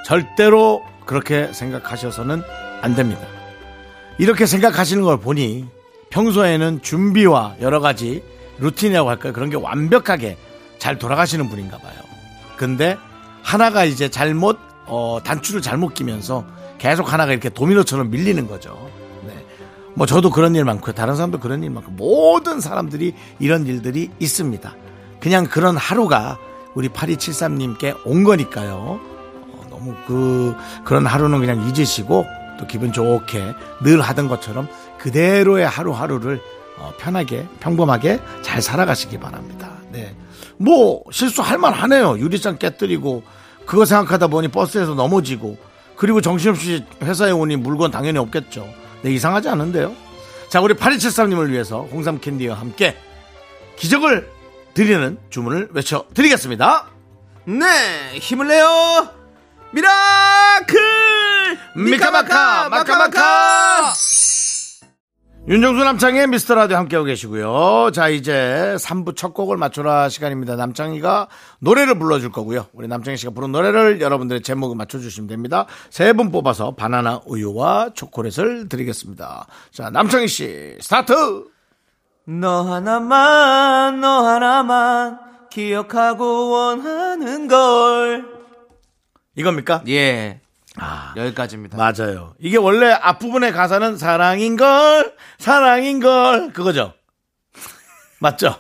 [SPEAKER 1] 절대로 그렇게 생각하셔서는 안 됩니다. 이렇게 생각하시는 걸 보니 평소에는 준비와 여러 가지 루틴이라고 할까요? 그런 게 완벽하게 잘 돌아가시는 분인가 봐요. 근데 하나가 이제 잘못 어, 단추를 잘못 끼면서 계속 하나가 이렇게 도미노처럼 밀리는 거죠. 네. 뭐 저도 그런 일 많고요. 다른 사람도 그런 일 많고 모든 사람들이 이런 일들이 있습니다. 그냥 그런 하루가 우리 8273님께 온 거니까요. 어, 너무 그 그런 하루는 그냥 잊으시고 또 기분 좋게 늘 하던 것처럼 그대로의 하루하루를 어, 편하게 평범하게 잘 살아가시기 바랍니다. 네. 뭐 실수할 만하네요. 유리창 깨뜨리고 그거 생각하다 보니 버스에서 넘어지고 그리고 정신없이 회사에 오니 물건 당연히 없겠죠. 네, 이상하지 않은데요. 자, 우리 8273님을 위해서 홍삼 캔디와 함께 기적을 드리는 주문을 외쳐 드리겠습니다.
[SPEAKER 2] 네, 힘을 내요. 미라클!
[SPEAKER 1] 미카마카, 마카마카! 윤정수 남창의 미스터 라디오 함께하고 계시고요. 자, 이제 3부 첫 곡을 맞춰라 시간입니다. 남창희가 노래를 불러줄 거고요. 우리 남창희 씨가 부른 노래를 여러분들의 제목을 맞춰주시면 됩니다. 세 분 뽑아서 바나나 우유와 초콜릿을 드리겠습니다. 자, 남창희 씨, 스타트!
[SPEAKER 2] 너 하나만, 너 하나만, 기억하고 원하는 걸.
[SPEAKER 1] 이겁니까?
[SPEAKER 2] 예.
[SPEAKER 1] 아.
[SPEAKER 2] 여기까지입니다.
[SPEAKER 1] 맞아요. 이게 원래 앞부분의 가사는 사랑인걸, 사랑인걸, 그거죠? [LAUGHS] 맞죠?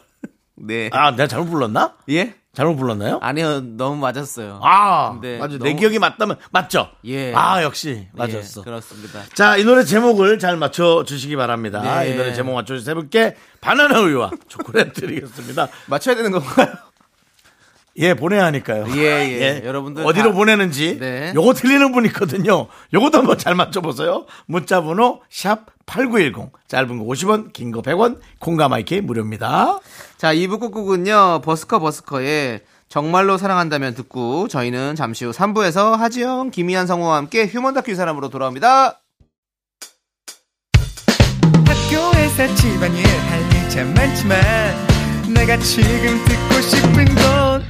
[SPEAKER 2] 네.
[SPEAKER 1] 아, 내가 잘못 불렀나?
[SPEAKER 2] 예?
[SPEAKER 1] 잘못 불렀나요?
[SPEAKER 2] 아니요, 너무 맞았어요.
[SPEAKER 1] 아,
[SPEAKER 2] 근데
[SPEAKER 1] 맞아. 내
[SPEAKER 2] 너무-
[SPEAKER 1] 기억이 맞다면 맞죠?
[SPEAKER 2] 예.
[SPEAKER 1] 아, 역시
[SPEAKER 2] 예,
[SPEAKER 1] 맞았어.
[SPEAKER 2] 그렇습니다.
[SPEAKER 1] 자, 이 노래 제목을 잘 맞춰 주시기 바랍니다.
[SPEAKER 2] 네.
[SPEAKER 1] 이 노래 제목 맞춰 주세 분께 바나나 우유와 초콜릿 [LAUGHS] 드리겠습니다.
[SPEAKER 2] 맞춰야 되는 건가요?
[SPEAKER 1] 예, 보내야 하니까요.
[SPEAKER 2] 예, 예. 여러분들
[SPEAKER 1] 어디로
[SPEAKER 2] 다-
[SPEAKER 1] 보내는지
[SPEAKER 2] 네.
[SPEAKER 1] 요거 틀리는 분 있거든요. 요것도 한번 잘 맞춰 보세요. 문자 번호 샵 8910. 짧은 거 50원, 긴 거 100원. 콩과 마이크 무료입니다.
[SPEAKER 2] 자, 2부 끝곡은요, 버스커 버스커의 정말로 사랑한다면 듣고, 저희는 잠시 후 3부에서 하지영, 김희한 성우와 함께 휴먼 다큐 이 사람으로 돌아옵니다.
[SPEAKER 5] 학교에서 집안일 할 일 참 많지만 내가 지금 듣고 싶은 건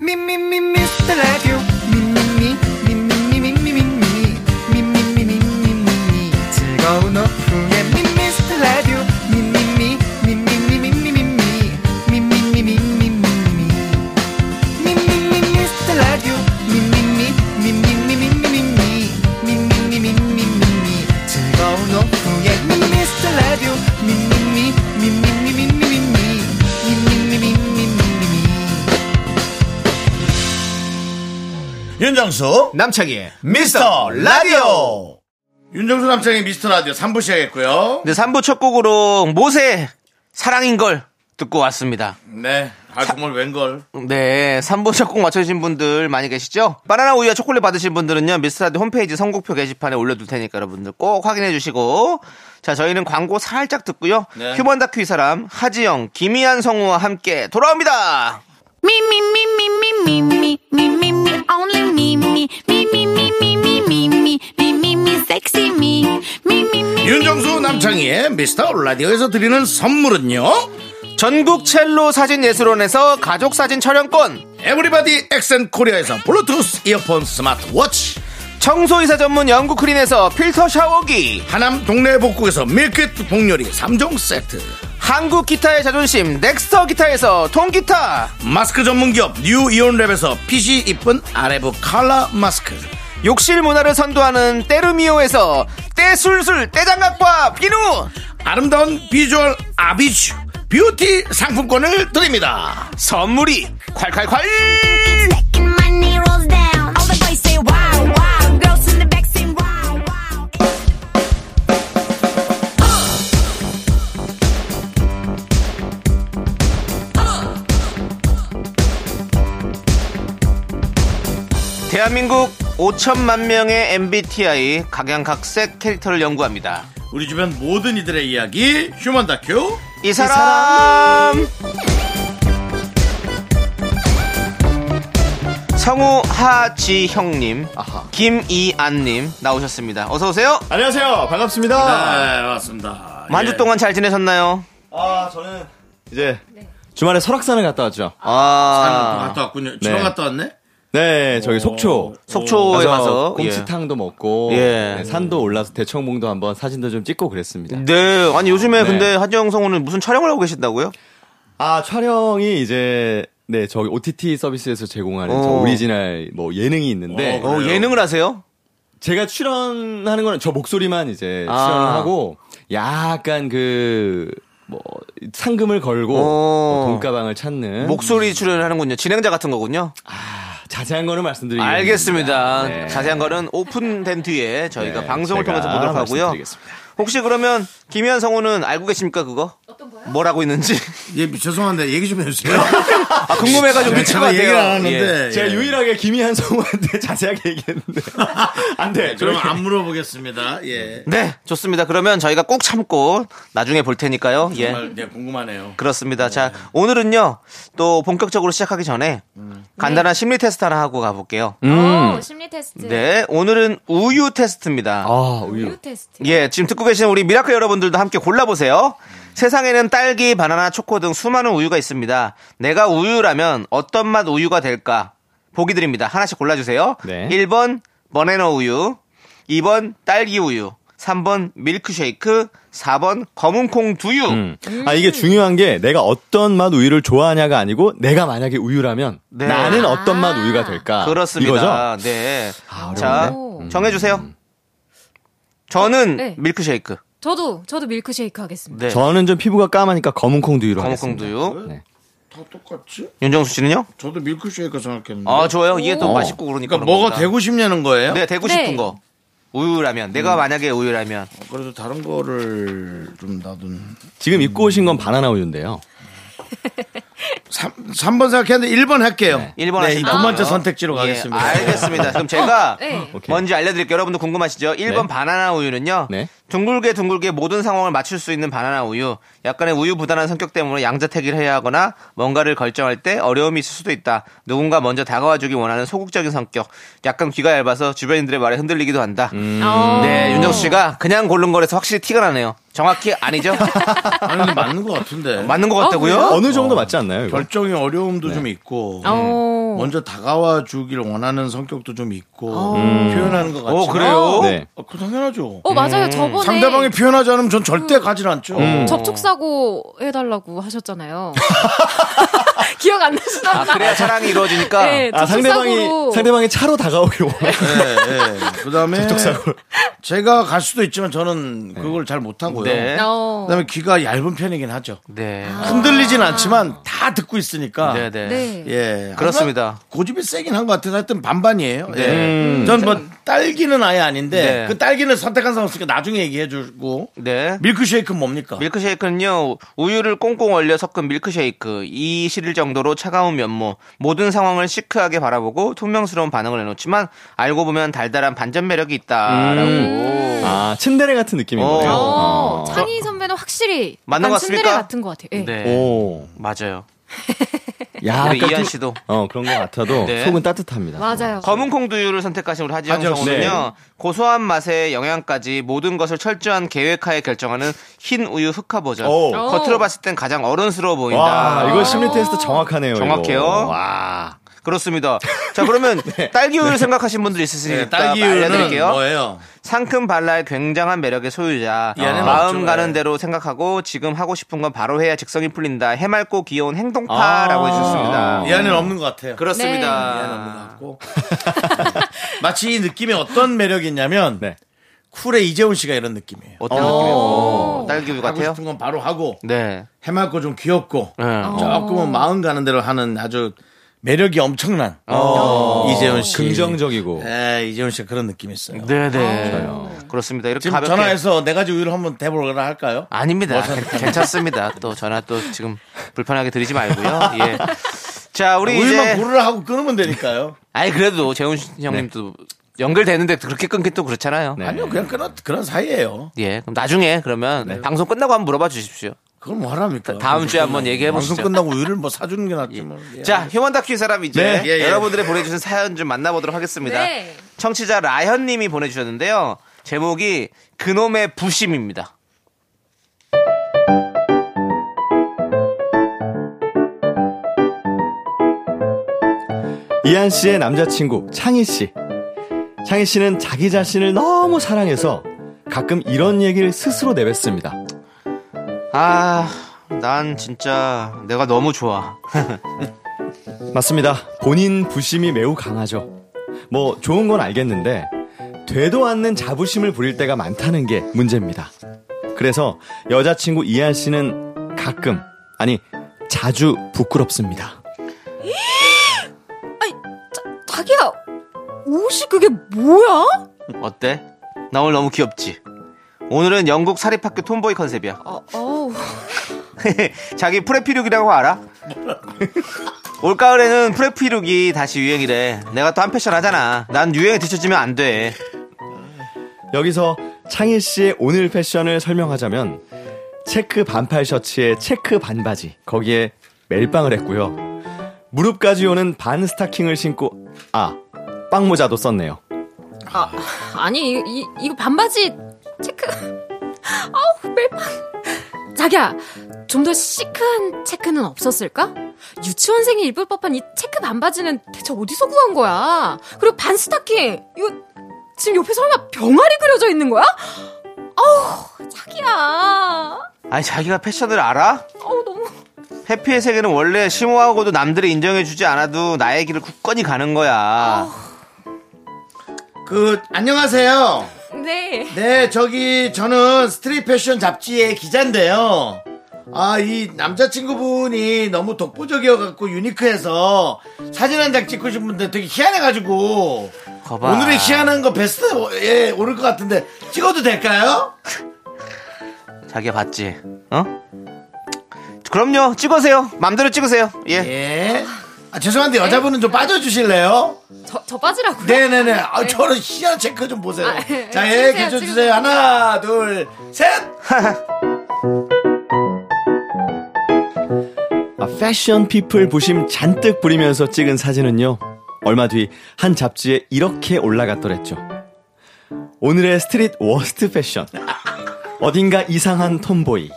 [SPEAKER 5] 미미미 미스터 라디오 미미미 미미미 미미미 미미미 미미미 미미미 즐거운 오후에 미미스터 라디오 미미미 미미미 미미미 미미미 미미미 미미미
[SPEAKER 1] 윤정수
[SPEAKER 2] 남창희의.
[SPEAKER 1] 미스터 라디오. 윤정수 남창의 미스터 라디오 3부 시작했고요.
[SPEAKER 2] 네, 3부 첫 곡으로 모세, 사랑인걸 듣고 왔습니다.
[SPEAKER 1] 네. 아, 정말 웬걸.
[SPEAKER 2] 네, 3부 첫 곡 맞춰주신 분들 많이 계시죠? 바나나 우유와 초콜릿 받으신 분들은요, 미스라드 홈페이지 선곡표 게시판에 올려둘 테니까 여러분들 꼭 확인해 주시고. 자, 저희는 광고 살짝 듣고요. 휴먼 다큐 이 사람, 하지영, 김희한 성우와 함께 돌아옵니다!
[SPEAKER 3] Me, me, me, me, me, me, me, me, me, me, only me, me, me, me, me, me, me, me, me, me, me, me, sexy me, me, me, me.
[SPEAKER 1] 윤정수 남창희의 미스터 라디오에서 드리는 선물은요.
[SPEAKER 2] 전국 첼로 사진 예술원에서 가족 사진 촬영권,
[SPEAKER 1] 에브리바디 엑센 코리아에서 블루투스 이어폰 스마트워치.
[SPEAKER 2] 청소이사 전문 영국 크린에서 필터 샤워기,
[SPEAKER 1] 하남 동네 복국에서 밀키트 복요리 3종 세트.
[SPEAKER 2] 한국 기타의 자존심, 넥스터 기타에서 통기타,
[SPEAKER 1] 마스크 전문기업 뉴 이온랩에서 핏이 이쁜 아레브 칼라 마스크.
[SPEAKER 2] 욕실 문화를 선도하는 때르미오에서 때술술 때장갑과 비누,
[SPEAKER 1] 아름다운 비주얼 아비쥬 뷰티 상품권을 드립니다.
[SPEAKER 2] 선물이 콸콸콸!
[SPEAKER 3] Second money rolls down. All the boys say wow, wow. Girls in the back say wow, wow.
[SPEAKER 2] 대한민국 5천만 명의 MBTI 각양각색 캐릭터를 연구합니다.
[SPEAKER 1] 우리 주변 모든 이들의 이야기 휴먼 다큐.
[SPEAKER 2] 이 사람, 성우 하지형님, 김이안님 나오셨습니다. 어서 오세요.
[SPEAKER 6] 안녕하세요. 반갑습니다.
[SPEAKER 1] 네, 맞습니다.
[SPEAKER 2] 한 주 동안 잘 지내셨나요?
[SPEAKER 6] 아, 저는 이제 주말에 설악산을 갔다 왔죠.
[SPEAKER 2] 아,
[SPEAKER 1] 갔다 왔군요. 지방 갔다 왔네?
[SPEAKER 6] 네, 저기 속초.
[SPEAKER 2] 속초에
[SPEAKER 6] 가서
[SPEAKER 2] 가서
[SPEAKER 6] 곰치탕도 먹고
[SPEAKER 2] 예.
[SPEAKER 6] 네, 산도 올라서 대청봉도 한번 사진도 좀 찍고 그랬습니다.
[SPEAKER 2] 예. 네, 아니 요즘에
[SPEAKER 6] 네.
[SPEAKER 2] 근데 하지영 성우는 무슨 촬영을 하고 계신다고요?
[SPEAKER 6] 아, 촬영이 이제 네, 저기 OTT 서비스에서 제공하는 저
[SPEAKER 2] 어.
[SPEAKER 6] 오리지널 뭐 예능이 있는데
[SPEAKER 2] 어, 예능을 하세요?
[SPEAKER 6] 제가 출연하는 거는 저 목소리만 이제
[SPEAKER 2] 아.
[SPEAKER 6] 출연을 하고 약간 그. 뭐 상금을 걸고
[SPEAKER 2] 오.
[SPEAKER 6] 뭐 돈가방을 찾는
[SPEAKER 2] 음. 목소리 출연을 하는군요. 진행자 같은 거군요.
[SPEAKER 6] 자세한 거는 말씀드리기
[SPEAKER 2] 알겠습니다.
[SPEAKER 6] 네.
[SPEAKER 2] 자세한 거는 오픈된 뒤에 저희가
[SPEAKER 6] 네,
[SPEAKER 2] 방송을
[SPEAKER 6] 제가
[SPEAKER 2] 통해서 보도록 하고요.
[SPEAKER 6] 말씀드리겠습니다.
[SPEAKER 2] 혹시 그러면 김현 성우는 알고 계십니까 그거? 어떤 거요? 뭐라고 있는지
[SPEAKER 1] 예, 죄송한데 얘기 좀 해주세요.
[SPEAKER 2] [LAUGHS]
[SPEAKER 1] 네,
[SPEAKER 2] 아, 궁금해가지고 미칠
[SPEAKER 1] 제가
[SPEAKER 2] 것 같아요.
[SPEAKER 1] 얘기를 안 하는데.
[SPEAKER 2] 예.
[SPEAKER 1] 예.
[SPEAKER 6] 제가 유일하게 김희한 성우한테 [LAUGHS] 자세하게 얘기했는데 안돼
[SPEAKER 1] 그럼 안 물어보겠습니다. 예.
[SPEAKER 2] 네, 좋습니다. 그러면 저희가 꼭 참고 나중에 볼 테니까요. 예.
[SPEAKER 1] 정말 네, 궁금하네요.
[SPEAKER 2] 그렇습니다. 자, 오늘은요, 또 본격적으로 시작하기 전에
[SPEAKER 1] 음.
[SPEAKER 2] 간단한 심리 테스트 하나 하고 가볼게요.
[SPEAKER 7] 오, 심리 테스트.
[SPEAKER 2] 음. 네, 오늘은 우유 테스트입니다.
[SPEAKER 6] 아 우유
[SPEAKER 7] 유 테스트.
[SPEAKER 2] 예, 지금 듣고 계시는 우리 미라클 여러분들도 함께 골라보세요. 세상에는 딸기, 바나나, 초코 등 수많은 우유가 있습니다. 내가 우유라면 어떤 맛 우유가 될까? 보기 드립니다. 하나씩 골라주세요.
[SPEAKER 6] 네.
[SPEAKER 2] 1번, 버네너 우유. 2번, 딸기 우유. 3번, 밀크쉐이크. 4번, 검은콩 두유.
[SPEAKER 6] 음. 아 이게 중요한 게 내가 어떤 맛 우유를 좋아하냐가 아니고 내가 만약에 우유라면
[SPEAKER 2] 네.
[SPEAKER 6] 나는
[SPEAKER 7] 아.
[SPEAKER 6] 어떤 맛 우유가 될까
[SPEAKER 2] 그렇습니다.
[SPEAKER 6] 이거죠? 아,
[SPEAKER 2] 네.
[SPEAKER 6] 어려운데? 음.
[SPEAKER 2] 자,
[SPEAKER 7] 오.
[SPEAKER 2] 정해주세요. 저는
[SPEAKER 7] 네.
[SPEAKER 2] 밀크쉐이크.
[SPEAKER 7] 저도 저도 밀크쉐이크 하겠습니다.
[SPEAKER 2] 네.
[SPEAKER 6] 저는 좀 피부가 까마니까 검은콩 두유로
[SPEAKER 2] 검은콩
[SPEAKER 6] 하겠습니다.
[SPEAKER 2] 두유.
[SPEAKER 6] 네.
[SPEAKER 1] 다 똑같지?
[SPEAKER 2] 윤정수 씨는요?
[SPEAKER 1] 저도 밀크쉐이크 생각했는데.
[SPEAKER 2] 아, 좋아요. 이게 더
[SPEAKER 7] 오.
[SPEAKER 2] 맛있고 그러니까.
[SPEAKER 1] 뭐? 그러니까
[SPEAKER 2] 그런
[SPEAKER 1] 뭐가
[SPEAKER 2] 겁니다.
[SPEAKER 1] 되고 싶냐는 음. 거예요?
[SPEAKER 2] 네, 되고
[SPEAKER 7] 네.
[SPEAKER 2] 싶은 거. 우유라면. 내가 만약에 우유라면.
[SPEAKER 1] 그래도 다른 거를 좀 놔둔.
[SPEAKER 6] 지금 입고 오신 건 바나나 우유인데요.
[SPEAKER 1] 3, 삼번 생각했는데 1번 할게요.
[SPEAKER 2] 1번
[SPEAKER 1] 네,
[SPEAKER 2] 하시
[SPEAKER 1] 두 번째 선택지로 가겠습니다.
[SPEAKER 2] 예,
[SPEAKER 1] [LAUGHS]
[SPEAKER 2] 알겠습니다. 그럼 제가
[SPEAKER 7] 네.
[SPEAKER 6] 오케이.
[SPEAKER 2] 뭔지 알려드릴게요. 여러분도 궁금하시죠? 1번
[SPEAKER 6] 네.
[SPEAKER 2] 바나나 우유는요.
[SPEAKER 6] 네.
[SPEAKER 2] 둥글게 둥글게 모든 상황을 맞출 수 있는 바나나 우유. 약간의 우유부단한 성격 때문에 양자택일을 해야 하거나 뭔가를 결정할 때 어려움이 있을 수도 있다. 누군가 먼저 다가와주기 원하는 소극적인 성격. 약간 귀가 얇아서 주변인들의 말에 흔들리기도 한다.
[SPEAKER 1] 음.
[SPEAKER 7] 어.
[SPEAKER 2] 네, 윤정수 씨가 그냥 고른 거라서 확실히 티가 나네요. 정확히
[SPEAKER 1] [LAUGHS]
[SPEAKER 2] 아니죠?
[SPEAKER 1] 아니, 근데 맞는 것 같은데.
[SPEAKER 2] 어, 맞는 네. 것 같다고요?
[SPEAKER 6] 어느 정도 맞지 않나요? 이거?
[SPEAKER 1] 결정의 어려움도 좀 있고.
[SPEAKER 2] 음.
[SPEAKER 7] 어.
[SPEAKER 1] 먼저 다가와 주길 원하는 성격도 좀 있고. 표현하는 것 같지만.
[SPEAKER 2] 어, 그래요? 네.
[SPEAKER 6] 네.
[SPEAKER 1] 어, 그 당연하죠.
[SPEAKER 7] 어
[SPEAKER 2] 음.
[SPEAKER 7] 맞아요. 저번에
[SPEAKER 1] 상대방이 표현하지 않으면 전 절대 가질 않죠.
[SPEAKER 7] 접촉 사고 해달라고
[SPEAKER 2] [LAUGHS]
[SPEAKER 7] 하셨잖아요. [LAUGHS] 기억 안 나시나?
[SPEAKER 2] 아, 그래야 사랑이 이루어지니까.
[SPEAKER 7] 네,
[SPEAKER 6] 아 상대방이
[SPEAKER 7] 접촉사고로.
[SPEAKER 6] 상대방이 차로 다가오기 원.
[SPEAKER 1] 그 다음에 제가 갈 수도 있지만 저는 그걸 잘 못하고요.
[SPEAKER 2] 네.
[SPEAKER 7] 어.
[SPEAKER 1] 그 다음에 귀가 얇은 편이긴 하죠.
[SPEAKER 2] 네.
[SPEAKER 1] 흔들리진 않지만 다 듣고 있으니까.
[SPEAKER 2] 네, 네.
[SPEAKER 7] 네.
[SPEAKER 1] 예.
[SPEAKER 2] 그렇습니다.
[SPEAKER 1] 항상 고집이 세긴 한 것 같아서 하여튼 반반이에요. 예.
[SPEAKER 2] 네.
[SPEAKER 1] 전 뭐 딸기는 아예 아닌데
[SPEAKER 2] 네.
[SPEAKER 1] 그 딸기는 선택한 사람 없으니까 나중에 얘기해 주고
[SPEAKER 2] 네.
[SPEAKER 1] 밀크쉐이크는 뭡니까?
[SPEAKER 2] 밀크쉐이크는요 우유를 꽁꽁 얼려 섞은 밀크쉐이크 이 시릴 정도로 차가운 면모 모든 상황을 시크하게 바라보고 투명스러운 반응을 내놓지만 알고 보면 달달한 반전 매력이 있다라고
[SPEAKER 6] 아 침대레 같은 느낌인
[SPEAKER 2] 어.
[SPEAKER 6] 거예요. 아.
[SPEAKER 7] 어, 찬이 선배는 확실히
[SPEAKER 2] 맞는
[SPEAKER 7] 약간
[SPEAKER 2] 것 같습니까?
[SPEAKER 7] 츤데레 같은 것 같아요. 예.
[SPEAKER 2] 네
[SPEAKER 6] 오.
[SPEAKER 2] 맞아요
[SPEAKER 6] 야,
[SPEAKER 2] 우리
[SPEAKER 6] 아까
[SPEAKER 2] 이한
[SPEAKER 6] 그-
[SPEAKER 2] 씨도.
[SPEAKER 6] 어 그런 것 같아도
[SPEAKER 2] 네.
[SPEAKER 6] 속은 따뜻합니다.
[SPEAKER 2] 음,
[SPEAKER 7] 맞아요.
[SPEAKER 2] 검은콩 두유를 선택하신 우리 하지영
[SPEAKER 1] 하지영 씨.
[SPEAKER 2] 성우는요 고소한 맛의 영양까지 모든 것을 철저한 계획하에 결정하는 흰 우유 흑화 버전
[SPEAKER 6] 오.
[SPEAKER 2] 겉으로 봤을 땐 가장 어른스러워 보인다 어,
[SPEAKER 6] 와, 이거 심리 테스트 정확하네요. 이거.
[SPEAKER 2] 정확해요. 예.
[SPEAKER 6] 와.
[SPEAKER 2] 그렇습니다. 자 그러면 딸기 우유를 생각하신 분들 있으시니까
[SPEAKER 1] 네, 딸기
[SPEAKER 2] 알려드릴게요.
[SPEAKER 1] 우유는 뭐예요?
[SPEAKER 2] 상큼 발랄 굉장한 매력의 소유자.
[SPEAKER 1] 이 안에
[SPEAKER 2] 마음
[SPEAKER 1] 맞죠,
[SPEAKER 2] 가는
[SPEAKER 1] 예.
[SPEAKER 2] 대로 생각하고 지금 하고 싶은 건 바로 해야 직성이 풀린다. 해맑고 귀여운 행동파라고
[SPEAKER 1] 아.
[SPEAKER 2] 해주셨습니다.
[SPEAKER 1] 이 안에는 없는 것 같아요.
[SPEAKER 7] 네.
[SPEAKER 2] 그렇습니다.
[SPEAKER 1] 마치 이 느낌이 어떤 매력이 있냐면
[SPEAKER 6] 네.
[SPEAKER 1] 쿨의 이재훈 씨가 이런 느낌이에요.
[SPEAKER 2] 어떤 느낌이에요? 딸기 우유
[SPEAKER 1] 하고
[SPEAKER 2] 같아요?
[SPEAKER 1] 싶은 건 바로 하고
[SPEAKER 2] 네.
[SPEAKER 1] 해맑고 좀 귀엽고
[SPEAKER 2] 네.
[SPEAKER 1] 조금은 마음 가는 대로 하는 아주 매력이 엄청난 이재훈 씨.
[SPEAKER 6] 긍정적이고.
[SPEAKER 1] 에, 이재훈 씨가 그런 느낌이 있어요.
[SPEAKER 2] 어. 네네. 그렇습니다. 이렇게
[SPEAKER 1] 지금
[SPEAKER 2] 가볍게.
[SPEAKER 1] 전화해서 뭐 네 가지 우유를 한번 대보라 할까요?
[SPEAKER 2] 아닙니다. 괜- 괜찮습니다. 또 전화 또 지금 불편하게 드리지 말고요. 예. 자, 우리
[SPEAKER 1] 아, 우유만
[SPEAKER 2] 아, 이제.
[SPEAKER 1] 고르라 하고 끊으면 되니까요. [LAUGHS]
[SPEAKER 2] 아니, 그래도 재훈 형님도
[SPEAKER 1] 네.
[SPEAKER 2] 연결되는데 그렇게 끊긴 또 그렇잖아요.
[SPEAKER 1] 아니요, 그냥 그런 그런 사이예요.
[SPEAKER 2] 예, 그럼 나중에 그러면 방송 끝나고 한번 물어봐 주십시오.
[SPEAKER 1] 그걸 뭐 하랍니까?
[SPEAKER 2] 다음 주에 한번 얘기해
[SPEAKER 1] 네. 방송
[SPEAKER 2] 보시죠.
[SPEAKER 1] 끝나고 우유를 뭐 사주는 게 낫지 뭐. 예.
[SPEAKER 2] 자, 휴먼 다큐 이 사람 이제
[SPEAKER 1] 네, 예, 예.
[SPEAKER 2] 여러분들의 보내주신 사연 좀 만나보도록 하겠습니다.
[SPEAKER 7] 네.
[SPEAKER 2] 청취자 라현님이 보내주셨는데요. 제목이 그놈의 부심입니다.
[SPEAKER 6] 이한 씨의 남자친구 창희 씨. 창희 씨는 자기 자신을 너무 사랑해서 가끔 이런 얘기를 스스로 내뱉습니다.
[SPEAKER 2] 아, 난 진짜 내가 너무 좋아.
[SPEAKER 6] 맞습니다. 본인 부심이 매우 강하죠. 뭐 좋은 건 알겠는데 되도 않는 자부심을 부릴 때가 많다는 게 문제입니다. 그래서 여자친구 이한 씨는 가끔, 아니, 자주 부끄럽습니다.
[SPEAKER 7] 자기야 옷이 그게 뭐야?
[SPEAKER 2] 어때? 나 오늘 너무 귀엽지? 오늘은 영국 사립학교 톰보이 컨셉이야.
[SPEAKER 7] 어, 어우.
[SPEAKER 2] [LAUGHS] 자기 프레피룩이라고 알아? 올가을에는 프레피룩이 다시 유행이래. 내가 또 한 패션 하잖아. 난 유행에 뒤처지면 안 돼.
[SPEAKER 6] 여기서 창일 씨의 오늘 패션을 설명하자면 체크 반팔 셔츠에 체크 반바지 거기에 멜빵을 했고요 무릎까지 오는 반 스타킹을 신고 아 빵모자도 썼네요
[SPEAKER 7] 아니 이, 이, 이거 반바지 체크 [LAUGHS] 아우 멜빵 자기야 좀 더 시크한 체크는 없었을까? 유치원생이 입을 법한 이 체크 반바지는 대체 어디서 구한 거야? 그리고 반 스타킹 이거 지금 옆에 설마 병아리 그려져 있는 거야? 아우 자기야
[SPEAKER 2] 아니, 자기가 패션을 알아?
[SPEAKER 7] 아우 너무
[SPEAKER 2] 해피의 세계는 원래 심오하고도 남들이 인정해주지 않아도 나의 길을 굳건히 가는 거야.
[SPEAKER 1] 그 안녕하세요.
[SPEAKER 7] 네
[SPEAKER 1] 네, 저기 저는 스트릿 패션 잡지의 기자인데요. 아, 이 남자친구분이 너무 독보적이어갖고 유니크해서 사진 한 장 찍고 싶은데 되게 희한해가지고
[SPEAKER 2] 거봐.
[SPEAKER 1] 오늘의 희한한 거 베스트에 오를 것 같은데 찍어도 될까요?
[SPEAKER 2] 자기가 봤지? 어? 그럼요. 찍으세요. 맘대로 찍으세요. 예.
[SPEAKER 1] 예. 아, 죄송한데 여자분은 좀 빠져주실래요?
[SPEAKER 7] 저, 저 빠지라고요?
[SPEAKER 1] 네네네. 아, 저런 희한한 체크 좀 보세요.
[SPEAKER 7] 아, 예,
[SPEAKER 1] 자,
[SPEAKER 7] 찍으세요,
[SPEAKER 1] 예, 개조
[SPEAKER 7] 찍으세요.
[SPEAKER 1] 주세요. 하나, 둘, 셋!
[SPEAKER 6] [LAUGHS] 아, 패션 피플 부심 잔뜩 부리면서 찍은 사진은요 얼마 뒤 한 잡지에 이렇게 올라갔더랬죠 오늘의 스트릿 워스트 패션 어딘가 이상한 톰보이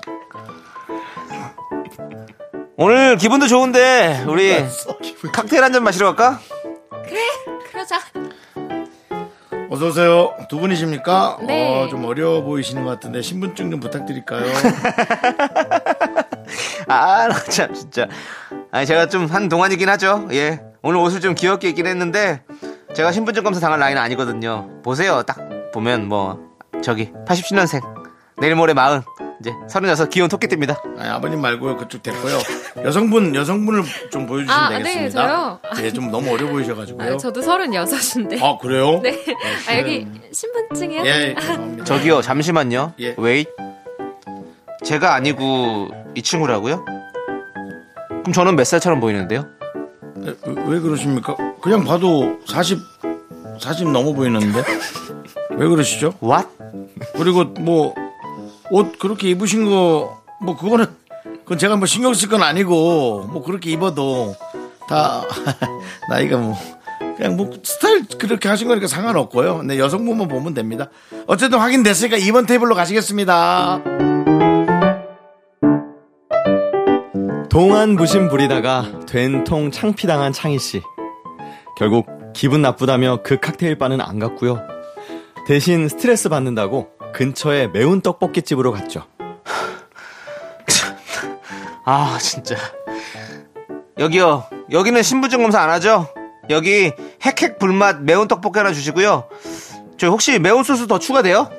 [SPEAKER 2] 오늘 기분도 좋은데, 우리
[SPEAKER 1] 네.
[SPEAKER 2] 칵테일 한 잔 마시러 갈까?
[SPEAKER 7] 그러자
[SPEAKER 1] [LAUGHS] 어서오세요. 두 분이십니까?
[SPEAKER 7] 네.
[SPEAKER 1] 어, 좀 어려워 보이시는 것 같은데, 신분증 좀 부탁드릴까요?
[SPEAKER 7] [LAUGHS]
[SPEAKER 2] 아, 나 참, 진짜. 아니, 제가 좀 한 동안이긴 하죠. 예. 오늘 옷을 좀 귀엽게 입긴 했는데, 제가 신분증 검사 당할 라인은 아니거든요. 보세요. 딱 보면 뭐, 저기, 87년생. 내일 모레 마흔. 이제 36 귀여운 토끼띠입니다.
[SPEAKER 1] 아니, 아버님 말고요. 그쪽 됐고요. 여성분, 여성분을 좀 보여주시면
[SPEAKER 7] 아, 네,
[SPEAKER 1] 되겠습니다.
[SPEAKER 7] 저요?
[SPEAKER 1] 예, 좀 너무 어려 보이셔가지고요.
[SPEAKER 7] 아, 저도
[SPEAKER 2] 어.
[SPEAKER 7] 서른여섯인데
[SPEAKER 1] 아, 그래요?
[SPEAKER 7] 네 [LAUGHS] 아, 여기 신분증이요?
[SPEAKER 1] 예, 죄송합니다.
[SPEAKER 2] 저기요, 잠시만요.
[SPEAKER 1] 예.
[SPEAKER 2] 웨이. 제가 아니고, 이 친구라고요? 그럼 저는 몇 살처럼 보이는데요?
[SPEAKER 1] 왜, 왜 그러십니까? 그냥 봐도 40, 40 넘어 보이는데? 왜 그러시죠?
[SPEAKER 2] What?
[SPEAKER 1] 그리고 뭐 옷 그렇게 입으신 거 뭐 그거는 그건 제가 뭐 신경 쓸 건 아니고 뭐 그렇게 입어도 다 [LAUGHS] 나이가 뭐 그냥 뭐 스타일 그렇게 하신 거니까 상관없고요. 근데 여성분만 보면 됩니다. 어쨌든 확인됐으니까 2번 테이블로 가시겠습니다.
[SPEAKER 6] 동안 부심 부리다가 된통 창피당한 창희 씨. 결국 기분 나쁘다며 그 칵테일 바는 안 갔고요. 대신 스트레스 받는다고 근처에 매운 떡볶이 집으로 갔죠.
[SPEAKER 2] 아 진짜 여기요 여기는 신분증 검사 안 하죠 여기 핵핵 불맛 매운 떡볶이 하나 주시고요 저 혹시 매운 소스 더 추가돼요?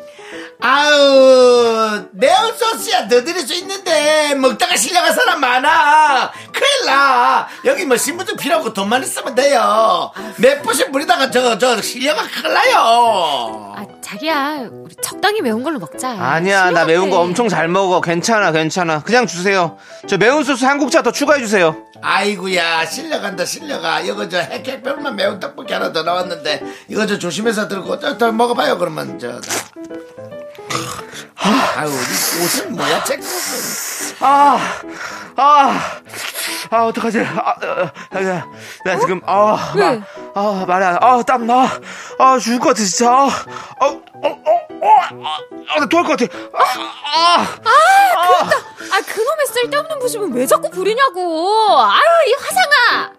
[SPEAKER 1] 아우 매운 소스야 더 드릴 수 있는데 먹다가 실려간 사람 많아 큰일 나 여기 뭐 신분증 필요하고 돈만 있으면 돼요 몇 부심 부리다가 저 저 실려가 큰일 나요
[SPEAKER 7] 아, 자기야, 우리 적당히 매운 걸로 먹자.
[SPEAKER 2] 아니야 나
[SPEAKER 7] 실력한테.
[SPEAKER 2] 매운 거 엄청 잘 먹어 괜찮아 괜찮아 그냥 주세요 저 매운 소스 한국차 더 추가해 주세요
[SPEAKER 1] 아이구야 실려간다 실려가 이거 저 핵핵별만 매운 떡볶이 하나 더 나왔는데 이거 저 조심해서 들고 저, 저 먹어봐요 그러면 저 아유 이 옷은 뭐야 체크
[SPEAKER 2] 아, 아 어떡하지? 아, 어, 아, 나, 나 지금 아,
[SPEAKER 7] 왜?
[SPEAKER 2] 마, 아 말이 안, 아땀 나, 아 죽을 것 같아 진짜. 아, 어, 어, 어, 어, 아, 아, 나 토할 것 같아. 아, 아,
[SPEAKER 7] 아, 그놈의 쓸데없는 부심은 왜 자꾸 부리냐고. 아유, 이 화상아.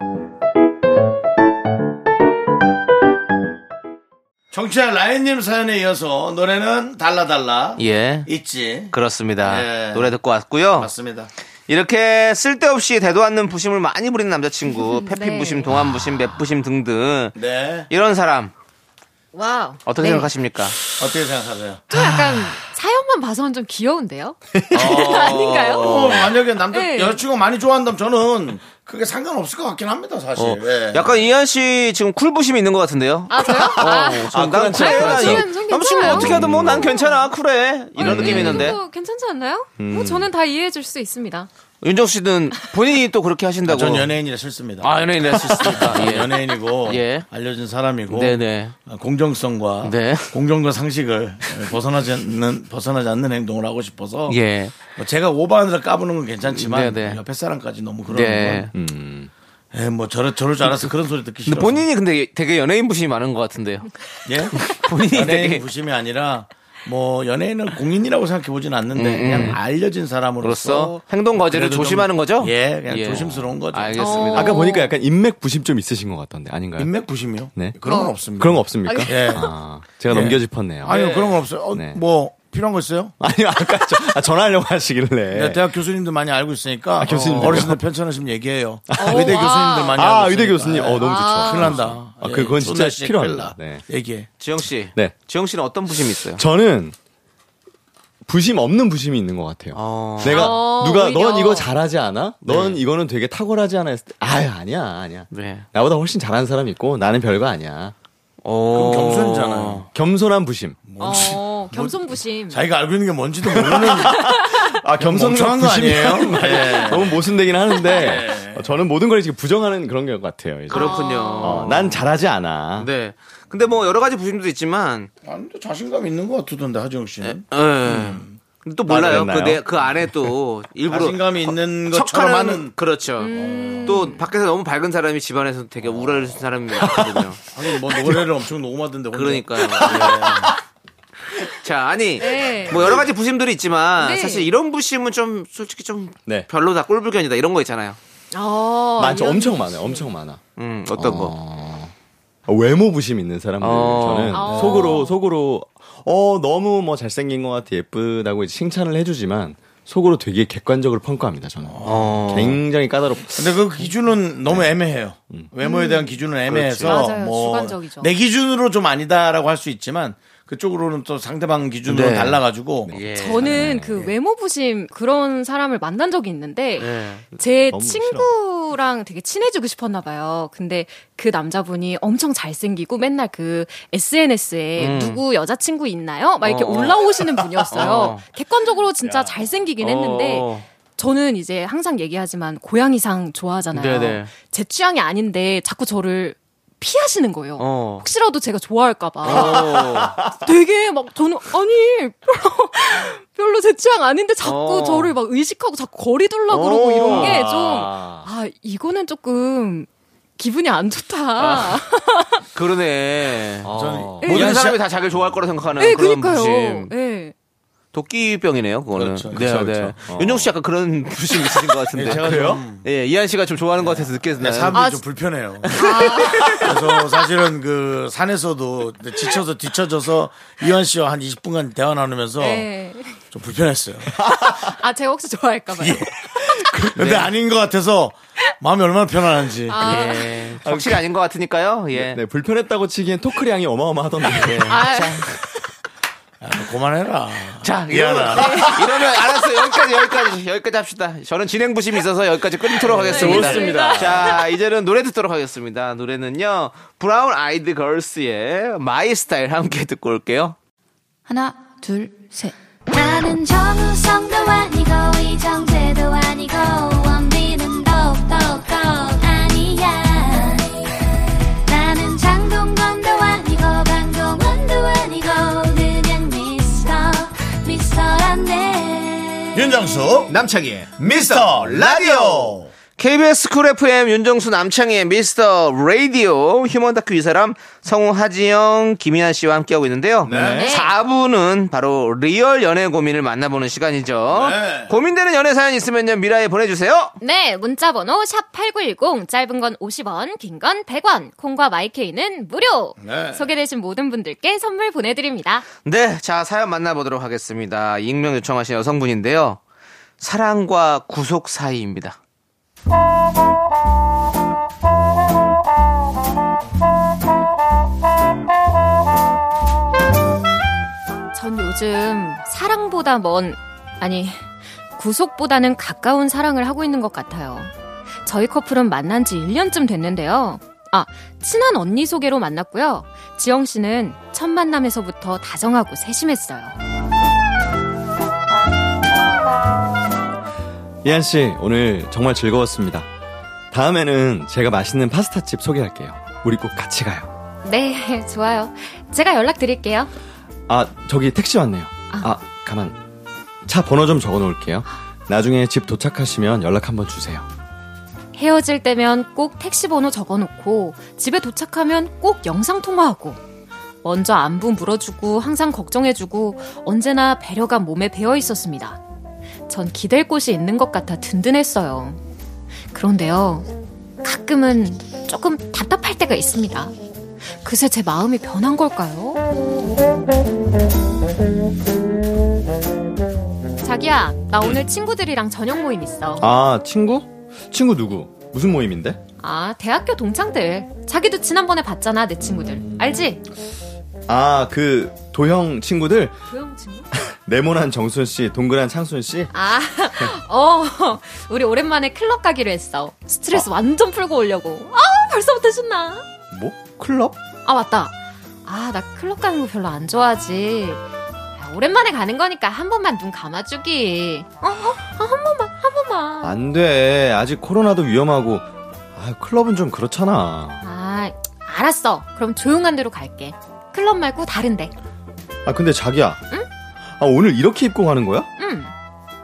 [SPEAKER 1] 정치자 라인님 사연에 이어서 노래는 달라달라
[SPEAKER 2] 예,
[SPEAKER 1] 있지
[SPEAKER 2] 그렇습니다.
[SPEAKER 1] 예.
[SPEAKER 2] 노래 듣고 왔고요.
[SPEAKER 1] 맞습니다
[SPEAKER 2] 이렇게 쓸데없이 대도 않는 부심을 많이
[SPEAKER 7] 음, 네.
[SPEAKER 2] 아. 부리는 남자친구, 페피 부심, 동안 부심, 맵 부심 등등
[SPEAKER 1] 네
[SPEAKER 2] 이런 사람
[SPEAKER 7] 와우.
[SPEAKER 2] 어떻게
[SPEAKER 7] 네.
[SPEAKER 2] 생각하십니까?
[SPEAKER 1] 어떻게 생각하세요?
[SPEAKER 7] 또 약간
[SPEAKER 2] 아.
[SPEAKER 7] 사연만 봐서는 좀 귀여운데요? [LAUGHS] 아닌가요?
[SPEAKER 1] 어, 만약에 남자
[SPEAKER 7] 네.
[SPEAKER 1] 여자친구 많이 좋아한다면 저는 그게 상관없을 것 같긴 합니다 사실.
[SPEAKER 2] 어,
[SPEAKER 1] 예.
[SPEAKER 2] 약간 이한 씨 지금 쿨부심이 있는 것 같은데요.
[SPEAKER 7] 아, 저요? 아,
[SPEAKER 2] 어, 전- 난
[SPEAKER 6] 그렇죠.
[SPEAKER 2] 그래.
[SPEAKER 6] 아니,
[SPEAKER 2] 난 음.
[SPEAKER 7] 저는- 저는
[SPEAKER 2] 남친은
[SPEAKER 7] 괜찮아요.
[SPEAKER 2] 어떻게 하든 뭐 난 괜찮아. 쿨해. 이런
[SPEAKER 7] 이- 이
[SPEAKER 2] 느낌이 있는데. 음.
[SPEAKER 7] 정도 어, 괜찮지 않나요? 뭐 저는 다 이해해 줄 수 있습니다.
[SPEAKER 2] 윤정수 씨는 본인이 또 그렇게 하신다고.
[SPEAKER 1] 아, 전 연예인이라 싫습니다.
[SPEAKER 2] 아, 연예인 할수
[SPEAKER 1] [LAUGHS]
[SPEAKER 2] 있으니까.
[SPEAKER 1] 예,
[SPEAKER 2] 예.
[SPEAKER 1] 연예인이고
[SPEAKER 2] 예.
[SPEAKER 1] 알려진 사람이고
[SPEAKER 2] 네네.
[SPEAKER 1] 어, 공정성과
[SPEAKER 2] 네.
[SPEAKER 1] 공정과 상식을 벗어나지 않는 벗어나지 않는 행동을 하고 싶어서
[SPEAKER 2] 예.
[SPEAKER 1] 뭐 제가 오버하느라 까부는 건 괜찮지만
[SPEAKER 2] 네네.
[SPEAKER 1] 옆에 사람까지 너무 그러는
[SPEAKER 2] 네.
[SPEAKER 1] 건 에, 뭐 저럴 저럴 줄 알았어 그런 소리 듣기 싫어.
[SPEAKER 2] 근데 본인이 근데 되게 연예인 부심이 많은 것 같은데요.
[SPEAKER 1] 예?
[SPEAKER 2] 본인이
[SPEAKER 1] 연예인
[SPEAKER 2] 되게-
[SPEAKER 1] 부심이 아니라 뭐 연예인을 공인이라고 생각해 보진 않는데 그냥 알려진 사람으로서
[SPEAKER 2] 그로써 행동 거제를
[SPEAKER 1] 그래도 좀-
[SPEAKER 2] 조심하는 거죠?
[SPEAKER 1] 예, 그냥
[SPEAKER 2] 예.
[SPEAKER 1] 조심스러운 거죠.
[SPEAKER 2] 알겠습니다.
[SPEAKER 6] 아까 보니까 약간 인맥 부심 좀 있으신 것 같던데 아닌가요?
[SPEAKER 1] 인맥 부심이요?
[SPEAKER 6] 네.
[SPEAKER 1] 어. 그런 건 없습니다.
[SPEAKER 6] 그런 거 없습니까?
[SPEAKER 1] 예.
[SPEAKER 6] 아, 제가
[SPEAKER 1] 예.
[SPEAKER 6] 넘겨짚었네요.
[SPEAKER 1] 아니요 그런 건 없어요. 어,
[SPEAKER 6] 네.
[SPEAKER 1] 뭐 필요한 거 있어요?
[SPEAKER 6] 아니요, 아까 저, 아, 전화하려고 하시길래.
[SPEAKER 1] 네, 대학 교수님들 많이 알고 있으니까
[SPEAKER 6] 교수님들요?
[SPEAKER 1] 어르신들 편찮으시면 얘기해요. 아, 의대 교수님들 많이
[SPEAKER 6] 아,
[SPEAKER 1] 알고 예,
[SPEAKER 6] 의대
[SPEAKER 1] 있으니까. 아,
[SPEAKER 6] 교수님. 어, 너무 좋죠.
[SPEAKER 1] 큰일 난다.
[SPEAKER 6] 아, 그건 진짜
[SPEAKER 1] 쫀다 씨,
[SPEAKER 6] 필요합니다.
[SPEAKER 1] 큰일 나.
[SPEAKER 6] 네.
[SPEAKER 1] 얘기해.
[SPEAKER 2] 지영 씨.
[SPEAKER 6] 네.
[SPEAKER 2] 지영 씨는 어떤 부심이 있어요?
[SPEAKER 6] 저는 부심 없는 부심이 있는 것 같아요.
[SPEAKER 2] 어.
[SPEAKER 6] 내가
[SPEAKER 7] 어,
[SPEAKER 6] 누가
[SPEAKER 7] 오히려. 네.
[SPEAKER 6] 넌 이거 잘하지 않아? 넌 이거는 되게 탁월하지 않아? 했을 때, 아유 아니야 아니야.
[SPEAKER 2] 네.
[SPEAKER 6] 나보다 훨씬 잘하는 사람이 있고 나는 별거 아니야.
[SPEAKER 2] 어.
[SPEAKER 1] 그럼 겸손이잖아요.
[SPEAKER 6] 겸손한 부심.
[SPEAKER 7] 어, 겸손부심.
[SPEAKER 1] 자기가 알고 있는 게 뭔지도 모르는
[SPEAKER 6] 아
[SPEAKER 1] 멍청한 거 아니에요?
[SPEAKER 6] [LAUGHS]
[SPEAKER 1] 네. 예.
[SPEAKER 6] 너무 모순되긴 하는데 어, 저는 모든 걸 지금 부정하는 그런 것 같아요. 이제.
[SPEAKER 2] 그렇군요.
[SPEAKER 6] 어, 난 잘하지 않아.
[SPEAKER 2] 네. 근데 뭐 여러 가지 부심도 있지만
[SPEAKER 1] 아닌데 자신감 있는 것 같던데 하정 씨는
[SPEAKER 2] 예. 근데 또 몰라요. 그,
[SPEAKER 6] 말을
[SPEAKER 2] 내, 그 안에
[SPEAKER 1] [LAUGHS]
[SPEAKER 2] 또 일부러
[SPEAKER 1] 음. 아, 자신감이 있는 것처럼
[SPEAKER 2] 척하는
[SPEAKER 1] 하는
[SPEAKER 2] 그렇죠.
[SPEAKER 7] 음.
[SPEAKER 2] 또 밖에서 너무 밝은 사람이 집안에서 되게 우울한 사람이 많거든요.
[SPEAKER 1] 어. [LAUGHS] 아니 뭐 노래를 엄청 녹음하던데 네. 혼자.
[SPEAKER 2] 그러니까요. 예. 자, 아니
[SPEAKER 7] 네.
[SPEAKER 2] 뭐 여러 가지 부심들이 있지만
[SPEAKER 7] 네.
[SPEAKER 2] 사실 이런 부심은 좀 솔직히 좀
[SPEAKER 6] 네.
[SPEAKER 2] 별로다 꼴불견이다 이런 거 있잖아요.
[SPEAKER 7] 어,
[SPEAKER 6] 많죠.
[SPEAKER 7] 이런-
[SPEAKER 6] 엄청 많아요. 엄청 많아.
[SPEAKER 2] 음, 어떤 거?
[SPEAKER 6] 어, 외모 부심 있는 사람들
[SPEAKER 2] 어.
[SPEAKER 6] 저는
[SPEAKER 7] 어.
[SPEAKER 6] 속으로 속으로 어 너무 뭐 잘생긴 것 같아 예쁘다고 이제 칭찬을 해주지만 속으로 되게 객관적으로 평가합니다 저는
[SPEAKER 7] 어.
[SPEAKER 6] 굉장히 까다롭
[SPEAKER 1] 근데 그 기준은
[SPEAKER 2] 네.
[SPEAKER 1] 너무 애매해요.
[SPEAKER 2] 음.
[SPEAKER 1] 외모에 대한 기준은 애매해서
[SPEAKER 7] 맞아요.
[SPEAKER 1] 뭐
[SPEAKER 7] 주관적이죠.
[SPEAKER 1] 내 기준으로 좀 아니다라고 할 수 있지만 그쪽으로는 또 상대방 기준으로
[SPEAKER 2] 네.
[SPEAKER 1] 달라가지고
[SPEAKER 2] 예.
[SPEAKER 7] 저는 그 외모 부심 그런 사람을 만난 적이 있는데
[SPEAKER 2] 예.
[SPEAKER 7] 제
[SPEAKER 6] 너무 싫어.
[SPEAKER 7] 친구랑 되게 친해지고 싶었나 봐요. 근데 그 남자분이 엄청 잘생기고 맨날 그 SNS에 누구 여자친구 있나요? 막 이렇게
[SPEAKER 2] 음. 어, 어.
[SPEAKER 7] 올라오시는 분이었어요.
[SPEAKER 2] 어.
[SPEAKER 7] 객관적으로 진짜 잘생기긴 했는데
[SPEAKER 2] 어.
[SPEAKER 7] 저는 이제 항상 얘기하지만 고양이상 좋아하잖아요.
[SPEAKER 2] 네네.
[SPEAKER 7] 제 취향이 아닌데 자꾸 저를 피하시는 거예요.
[SPEAKER 2] 어.
[SPEAKER 7] 혹시라도 제가 좋아할까봐.
[SPEAKER 2] 어.
[SPEAKER 7] 되게 막 저는 아니 별로, 별로 제 취향 아닌데 자꾸
[SPEAKER 2] 어.
[SPEAKER 7] 저를 막 의식하고 자꾸 거리 둘라 그러고
[SPEAKER 2] 어.
[SPEAKER 7] 이런 게 좀 아, 이거는 조금 기분이 안
[SPEAKER 2] 아,
[SPEAKER 7] 좋다.
[SPEAKER 2] 그러네.
[SPEAKER 1] 저는
[SPEAKER 7] 예.
[SPEAKER 2] 모든
[SPEAKER 1] 이한 씨-
[SPEAKER 2] 사람이 다 자기를 좋아할 거라 생각하는
[SPEAKER 7] [LAUGHS] 예,
[SPEAKER 2] 그런
[SPEAKER 7] 그니까요.
[SPEAKER 2] 부심.
[SPEAKER 7] 예.
[SPEAKER 2] 도끼병이네요, 그거는.
[SPEAKER 1] 그렇죠.
[SPEAKER 2] 네,
[SPEAKER 1] 그렇죠,
[SPEAKER 2] 네.
[SPEAKER 1] 그렇죠.
[SPEAKER 2] 윤정 씨 약간 그런 [LAUGHS] 부심 있으신 것 같은데.
[SPEAKER 1] 제가 좀
[SPEAKER 2] 예, 이한 씨가 좀 좋아하는 것
[SPEAKER 1] 네,
[SPEAKER 2] 같아서 느꼈나요?
[SPEAKER 1] 사람들이
[SPEAKER 7] 아,
[SPEAKER 1] 좀 불편해요. 그래서 사실은 그 산에서도 지쳐서 뒤쳐져서 이현 씨와 한 20분간 대화 나누면서
[SPEAKER 2] 어.
[SPEAKER 7] 예.
[SPEAKER 1] 좀 불편했어요.
[SPEAKER 7] 아, 제가 혹시 좋아할까
[SPEAKER 2] 예.
[SPEAKER 7] 봐요.
[SPEAKER 1] 근데 아닌 것 같아서 마음이 얼마나 편안한지.
[SPEAKER 7] 아.
[SPEAKER 1] 네.
[SPEAKER 2] 예. 확실히 아닌 것 같으니까요. 예.
[SPEAKER 6] 네, 불편했다고 치기엔 토크량이 어마어마하던데
[SPEAKER 1] [LAUGHS]
[SPEAKER 7] 아,
[SPEAKER 1] 야, 너 그만해라.
[SPEAKER 2] 자,
[SPEAKER 1] 미안하다.
[SPEAKER 2] 이러면, 네. 이러면 알았어요. 여기까지, 여기까지, 여기까지 합시다. 저는 진행 부심이 있어서 여기까지 끊도록 하겠습니다.
[SPEAKER 7] 네, 좋습니다.
[SPEAKER 2] 자, 이제는 노래 듣도록 하겠습니다. 노래는요, 브라운 아이드 걸스의 마이 스타일 함께 듣고 올게요.
[SPEAKER 3] 하나, 둘, 셋.
[SPEAKER 8] 나는 정우성도 아니고 이정재도 아니고 원빈은 더욱더 아니야 나는 장동건도 아니고 강동원도 아니고 그냥 미스터 미스터란데
[SPEAKER 6] 어?
[SPEAKER 1] 윤정수 남창희 미스터 라디오.
[SPEAKER 2] KBS 쿨 FM 윤정수 남창희의 미스터 라디오 휴먼 다큐 이 사람 성우 하지영 김희아 씨와 함께하고 있는데요. 4부는 바로 리얼 연애 고민을 만나보는 시간이죠.
[SPEAKER 1] 네.
[SPEAKER 2] 고민되는 연애 사연 있으면요 미라에 보내주세요.
[SPEAKER 8] 네 문자번호 샵8910 짧은 건 50원 긴 건 100원 콩과 마이케이는 무료
[SPEAKER 1] 네.
[SPEAKER 8] 소개되신 모든 분들께 선물 보내드립니다
[SPEAKER 2] 네, 자 사연 만나보도록 하겠습니다. 익명 요청하신 여성분인데요. 사랑과 구속 사이입니다.
[SPEAKER 8] 요즘 사랑보다 먼, 아니, 구속보다는 가까운 사랑을 하고 있는 것 같아요. 저희 커플은 만난 지 1년쯤 됐는데요. 아, 친한 언니 소개로 만났고요. 지영 씨는 첫 만남에서부터 다정하고 세심했어요.
[SPEAKER 6] 이한 씨, 오늘 정말 즐거웠습니다. 다음에는 제가 맛있는 파스타집 소개할게요. 우리 꼭 같이 가요.
[SPEAKER 8] 네, 좋아요. 제가 연락드릴게요.
[SPEAKER 6] 아, 저기 택시 왔네요. 아, 가만. 차 번호 좀 적어 놓을게요. 나중에 집 도착하시면 연락 한번 주세요.
[SPEAKER 8] 헤어질 때면 꼭 택시 번호 적어놓고 집에 도착하면 꼭 영상 통화하고 먼저 안부 물어주고 항상 걱정해주고 언제나 배려가 몸에 배어 있었습니다. 전 기댈 곳이 있는 것 같아 든든했어요. 그런데요, 가끔은 조금 답답할 때가 있습니다. 그새 제 마음이 변한 걸까요? 자기야, 나 오늘 친구들이랑 저녁 모임 있어.
[SPEAKER 6] 아, 친구? 친구 누구? 무슨 모임인데?
[SPEAKER 8] 아, 대학교 동창들. 자기도 지난번에 봤잖아, 내 친구들. 알지?
[SPEAKER 6] 아, 그 도형 친구들
[SPEAKER 8] 도영 친구?
[SPEAKER 6] 네모난 정순 씨, 동그란 창순 씨.
[SPEAKER 8] 아, 어, 우리 오랜만에 클럽 가기로 했어. 스트레스 완전 풀고 오려고. 아, 벌써부터 신나.
[SPEAKER 6] 뭐? 클럽?
[SPEAKER 8] 아, 맞다. 아, 나 클럽 가는 거 별로 안 좋아하지. 야, 오랜만에 가는 거니까 한 번만 눈 감아주기. 어, 어, 어, 한 번만, 한 번만.
[SPEAKER 6] 안 돼. 아직 코로나도 위험하고. 아, 클럽은 좀 그렇잖아.
[SPEAKER 8] 아, 알았어. 그럼 조용한 데로 갈게. 클럽 말고 다른데.
[SPEAKER 6] 아, 근데 자기야. 아, 오늘 이렇게 입고 가는 거야?
[SPEAKER 8] 응.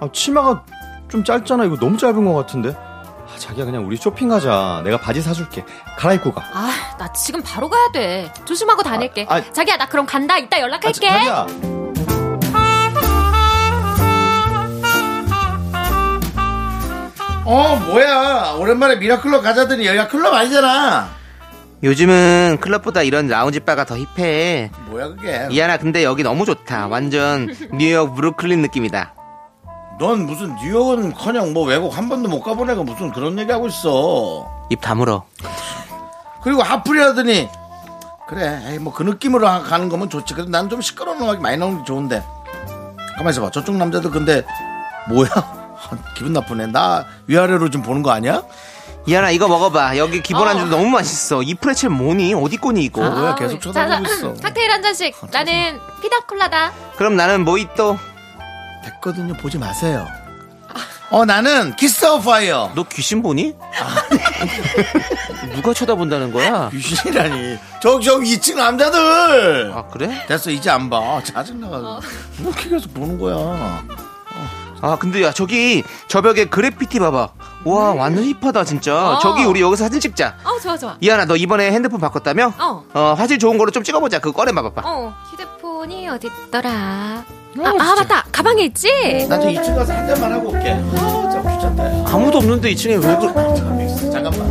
[SPEAKER 6] 아, 치마가 좀 짧잖아. 이거 너무 짧은 것 같은데. 아, 자기야, 그냥 우리 쇼핑 가자. 내가 바지 사줄게. 갈아입고 가.
[SPEAKER 8] 아, 나 지금 바로 가야 돼. 조심하고 다닐게.
[SPEAKER 6] 아, 아.
[SPEAKER 8] 자기야, 나 그럼 간다. 이따 연락할게.
[SPEAKER 6] 아, 자- 자기야.
[SPEAKER 1] 어 뭐야 오랜만에 미라클럽 가자더니 여기가 클럽 아니잖아
[SPEAKER 2] 요즘은 클럽보다 이런 라운지바가 더 힙해.
[SPEAKER 1] 뭐야 그게
[SPEAKER 2] 이하나 근데 여기 너무 좋다. 완전 뉴욕 브루클린 느낌이다.
[SPEAKER 1] 넌 무슨 뉴욕은커녕 뭐 외국 한 번도 못 가본 애가 무슨 그런 얘기하고 있어
[SPEAKER 2] 입 다물어.
[SPEAKER 1] 그리고 하프리하더니 그래 뭐 그 느낌으로 하- 가는 거면 좋지 그래 난 좀 시끄러운 음악이 많이 나오는 게 좋은데 가만 있어봐 저쪽 남자도 근데 뭐야 [LAUGHS] 기분 나쁘네 나 위아래로 좀 보는 거 아니야?
[SPEAKER 2] 이하나 이거 먹어봐. 여기 기본 안주 너무 맛있어. 이 프레첼 뭐니? 어디 거니 이거?
[SPEAKER 1] 뭐야
[SPEAKER 8] 아우,
[SPEAKER 1] 계속
[SPEAKER 8] 자,
[SPEAKER 1] 쳐다보고
[SPEAKER 8] 자,
[SPEAKER 1] 있어
[SPEAKER 8] 칵테일 한 잔씩. 나는 피다콜라다.
[SPEAKER 2] 그럼 나는 뭐 모히또.
[SPEAKER 1] 됐거든요 보지 마세요 어 나는 키스 어 파이어
[SPEAKER 2] 너 귀신 보니? 아, 네. [LAUGHS] 누가 쳐다본다는 거야?
[SPEAKER 1] 귀신이라니 저기 저기 2층 남자들
[SPEAKER 2] 아 그래?
[SPEAKER 1] 됐어 이제 안봐 짜증나가지고 뭐 이렇게 계속 보는 거야
[SPEAKER 2] 아 근데 야 저기 저 벽에 그래피티 봐봐. 와 완전 힙하다 진짜.
[SPEAKER 8] 어.
[SPEAKER 2] 저기 우리 여기서 사진 찍자.
[SPEAKER 8] 어, 좋아, 좋아.
[SPEAKER 2] 이하나 너 이번에 핸드폰 바꿨다며?
[SPEAKER 8] 어.
[SPEAKER 2] 화질 좋은 거로 좀 찍어보자. 그거 꺼내봐봐.
[SPEAKER 8] 어, 휴대폰이 어딨더라. 아, 아, 맞다. 가방에 있지?
[SPEAKER 1] 나저 2층 가서 한 잔만 하고 올게 아 진짜 귀찮다 야.
[SPEAKER 2] 아무도 없는데 2층에 왜 그래?
[SPEAKER 1] 잠깐만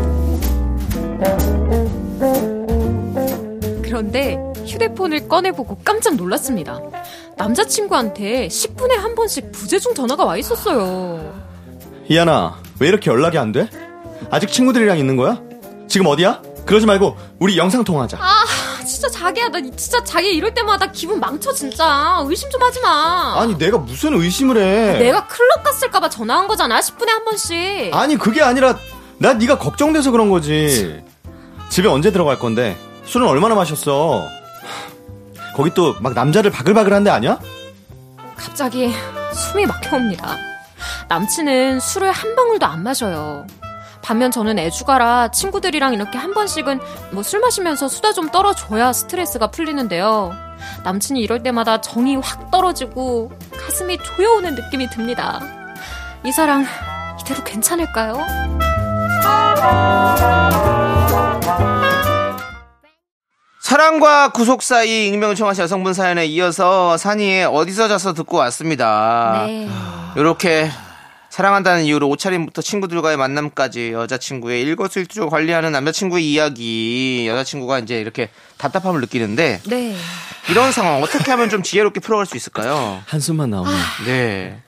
[SPEAKER 8] 그런데 휴대폰을 꺼내보고 깜짝 놀랐습니다. 남자친구한테 10분에 한 번씩 부재중 전화가 와 있었어요.
[SPEAKER 6] 이하나, 왜 이렇게 연락이 안 돼? 아직 친구들이랑 있는 거야? 지금 어디야? 그러지 말고 우리 영상 통화하자.
[SPEAKER 8] 아, 진짜 자기야. 나 진짜 자기 이럴 때마다 기분 망쳐, 진짜. 의심 좀 하지 마.
[SPEAKER 6] 아니, 내가 무슨 의심을 해?
[SPEAKER 8] 아, 내가 클럽 갔을까봐 전화한 거잖아. 10분에 한 번씩.
[SPEAKER 6] 네. 아니, 그게 아니라 나 네가 걱정돼서 그런 거지. 집에 언제 들어갈 건데? 술은 얼마나 마셨어? 거기 또 막 남자를 바글바글한 데 아니야?
[SPEAKER 8] 갑자기 숨이 막혀옵니다. 남친은 술을 한 방울도 안 마셔요. 반면 저는 애주가라 친구들이랑 이렇게 한 번씩은 뭐 술 마시면서 수다 좀 떨어줘야 스트레스가 풀리는데요. 남친이 이럴 때마다 정이 확 떨어지고 가슴이 조여오는 느낌이 듭니다. 이 사랑 이대로 괜찮을까요?
[SPEAKER 2] 사랑과 구속 사이 익명 요청하신 여성분 사연에 이어서 산이의 어디서 자서 듣고 왔습니다.
[SPEAKER 8] 네.
[SPEAKER 2] 이렇게 사랑한다는 이유로 옷차림부터 친구들과의 만남까지 여자친구의 일거수일투족 관리하는 남자친구의 이야기 여자친구가 이제 이렇게 답답함을 느끼는데
[SPEAKER 8] 네.
[SPEAKER 2] 이런 상황 어떻게 하면 좀 지혜롭게 풀어갈 수 있을까요?
[SPEAKER 6] 한숨만 나오네.
[SPEAKER 8] 아.
[SPEAKER 2] 네.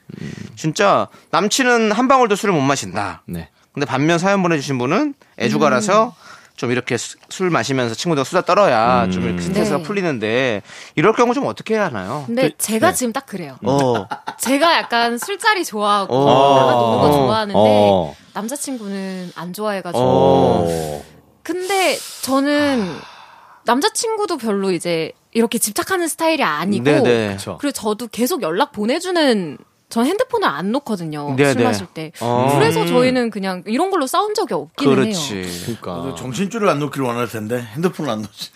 [SPEAKER 2] 진짜 남친은 한 방울도 술을 못 마신다.
[SPEAKER 6] 네.
[SPEAKER 2] 근데 반면 사연 보내주신 분은 애주가라서 좀 이렇게 수- 술 마시면서 친구들 수다 떨어야 좀 이렇게 스트레스가
[SPEAKER 8] 네.
[SPEAKER 2] 풀리는데 이럴 경우 좀 어떻게 해야 하나요?
[SPEAKER 8] 근데 제가 지금 딱 그래요.
[SPEAKER 2] 어.
[SPEAKER 8] 제가 약간 술자리 좋아하고
[SPEAKER 2] 어.
[SPEAKER 8] 나가 노는 거
[SPEAKER 2] 어.
[SPEAKER 8] 좋아하는데
[SPEAKER 6] 어.
[SPEAKER 8] 남자친구는 안 좋아해가지고
[SPEAKER 6] 어.
[SPEAKER 8] 근데 저는
[SPEAKER 2] 아.
[SPEAKER 8] 남자친구도 별로 이제 이렇게 집착하는 스타일이 아니고
[SPEAKER 2] 네네.
[SPEAKER 6] 그쵸.
[SPEAKER 8] 그리고 저도 계속 연락 보내주는 전 핸드폰을 안 놓거든요
[SPEAKER 2] 네네.
[SPEAKER 8] 술 마실 때
[SPEAKER 2] 어.
[SPEAKER 8] 그래서 저희는 그냥 이런 걸로 싸운 적이 없기는 해요
[SPEAKER 2] 그렇지.
[SPEAKER 6] 그러니까.
[SPEAKER 1] 정신줄을 안 놓기를 원할 텐데 핸드폰을 안 놓지.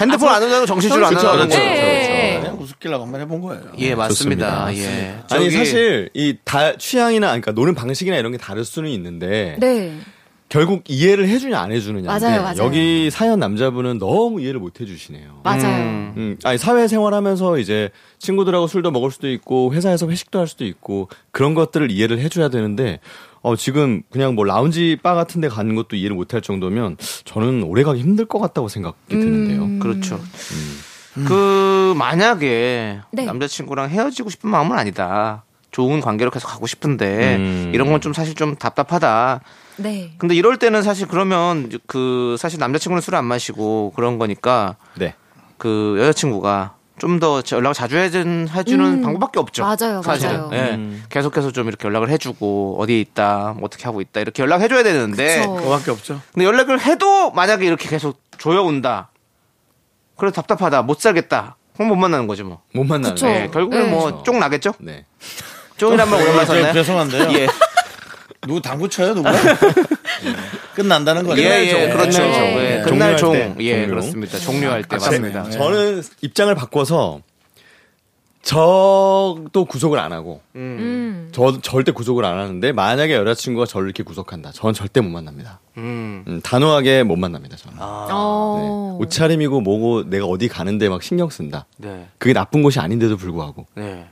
[SPEAKER 2] 핸드폰
[SPEAKER 8] 아,
[SPEAKER 2] 안 온다고 정신줄 안
[SPEAKER 6] 그렇죠,
[SPEAKER 2] 온다는
[SPEAKER 6] 그렇죠.
[SPEAKER 2] 거예요.
[SPEAKER 8] 예, 예.
[SPEAKER 1] 그냥 우습길라고 한번 해본 거예요.
[SPEAKER 2] 예, 맞습니다.
[SPEAKER 6] 네, 좋습니다.
[SPEAKER 2] 예.
[SPEAKER 6] 아니
[SPEAKER 2] 저기-
[SPEAKER 6] 사실 이 다 취향이나 그러니까 노는 방식이나 이런 게 다를 수는 있는데
[SPEAKER 2] 음.
[SPEAKER 8] 네
[SPEAKER 6] 결국 이해를 해주냐 안 해주느냐
[SPEAKER 8] 맞아요, 맞아요.
[SPEAKER 6] 여기 사연 남자분은 너무 이해를 못 해주시네요.
[SPEAKER 8] 맞아요
[SPEAKER 6] 음, 아니 사회생활하면서 이제 친구들하고 술도 먹을 수도 있고 회사에서 회식도 할 수도 있고 그런 것들을 이해를 해줘야 되는데 어 지금 그냥 뭐 라운지 바 같은데 가는 것도 이해를 못 할 정도면 저는 오래 가기 힘들 것
[SPEAKER 8] 음.
[SPEAKER 6] 같다고 생각이 드는데요.
[SPEAKER 2] 그렇죠.
[SPEAKER 6] 음.
[SPEAKER 2] 그 만약에
[SPEAKER 8] 네.
[SPEAKER 2] 남자친구랑 헤어지고 싶은 마음은 아니다. 좋은 관계로 계속 가고 싶은데
[SPEAKER 6] 음.
[SPEAKER 2] 이런 건 좀 사실 좀 답답하다.
[SPEAKER 8] 네
[SPEAKER 2] 근데 이럴 때는 사실 그러면 그 사실 남자친구는 술을 안 마시고 그런 거니까
[SPEAKER 6] 네.
[SPEAKER 2] 그 여자친구가 좀 더 연락을 자주 해준, 해주는 방법밖에 없죠.
[SPEAKER 8] 음. 맞아요,
[SPEAKER 2] 사실은.
[SPEAKER 8] 맞아요.
[SPEAKER 2] 예.
[SPEAKER 6] 음.
[SPEAKER 2] 계속해서 좀 이렇게 연락을 해주고 어디 있다, 뭐 어떻게 하고 있다 이렇게 연락해줘야 되는데
[SPEAKER 8] 그쵸.
[SPEAKER 1] 그거밖에 없죠.
[SPEAKER 2] 근데 연락을 해도 만약에 이렇게 계속 조여온다. 그래 답답하다. 못 살겠다. 그럼 못 만나는 거지 뭐.
[SPEAKER 6] 못 만나는.
[SPEAKER 8] 그쵸.
[SPEAKER 2] 예, 결국은
[SPEAKER 8] 네.
[SPEAKER 2] 뭐
[SPEAKER 6] 그렇죠.
[SPEAKER 2] 쫑 나겠죠?
[SPEAKER 6] 네.
[SPEAKER 2] 쫑이란 말 오랜만에
[SPEAKER 1] 저
[SPEAKER 2] 썼나요?
[SPEAKER 1] 죄송한데요.
[SPEAKER 2] [LAUGHS] 예.
[SPEAKER 1] 누구 당구 쳐요 [LAUGHS] 누가? 끝난다는 거예요.
[SPEAKER 2] 예, 예, 그렇죠.
[SPEAKER 8] 네.
[SPEAKER 2] 예,
[SPEAKER 6] 네.
[SPEAKER 2] 그날
[SPEAKER 6] 종료할
[SPEAKER 2] 종.
[SPEAKER 6] 때,
[SPEAKER 2] 예,
[SPEAKER 6] 종료.
[SPEAKER 2] 그렇습니다. 종료할 때 아, 맞습니다.
[SPEAKER 1] 네.
[SPEAKER 6] 저는 입장을 바꿔서 저도 구속을 안 하고
[SPEAKER 8] 음.
[SPEAKER 6] 저 절대 구속을 안 하는데 만약에 여자친구가 저를 이렇게 구속한다. 저는 절대 못 만납니다.
[SPEAKER 2] 음.
[SPEAKER 6] 음, 단호하게 못 만납니다. 저는. 네.
[SPEAKER 8] 어.
[SPEAKER 6] 옷차림이고 뭐고 내가 어디 가는데 막 신경 쓴다.
[SPEAKER 2] 네.
[SPEAKER 6] 그게 나쁜 곳이 아닌데도 불구하고
[SPEAKER 2] 네.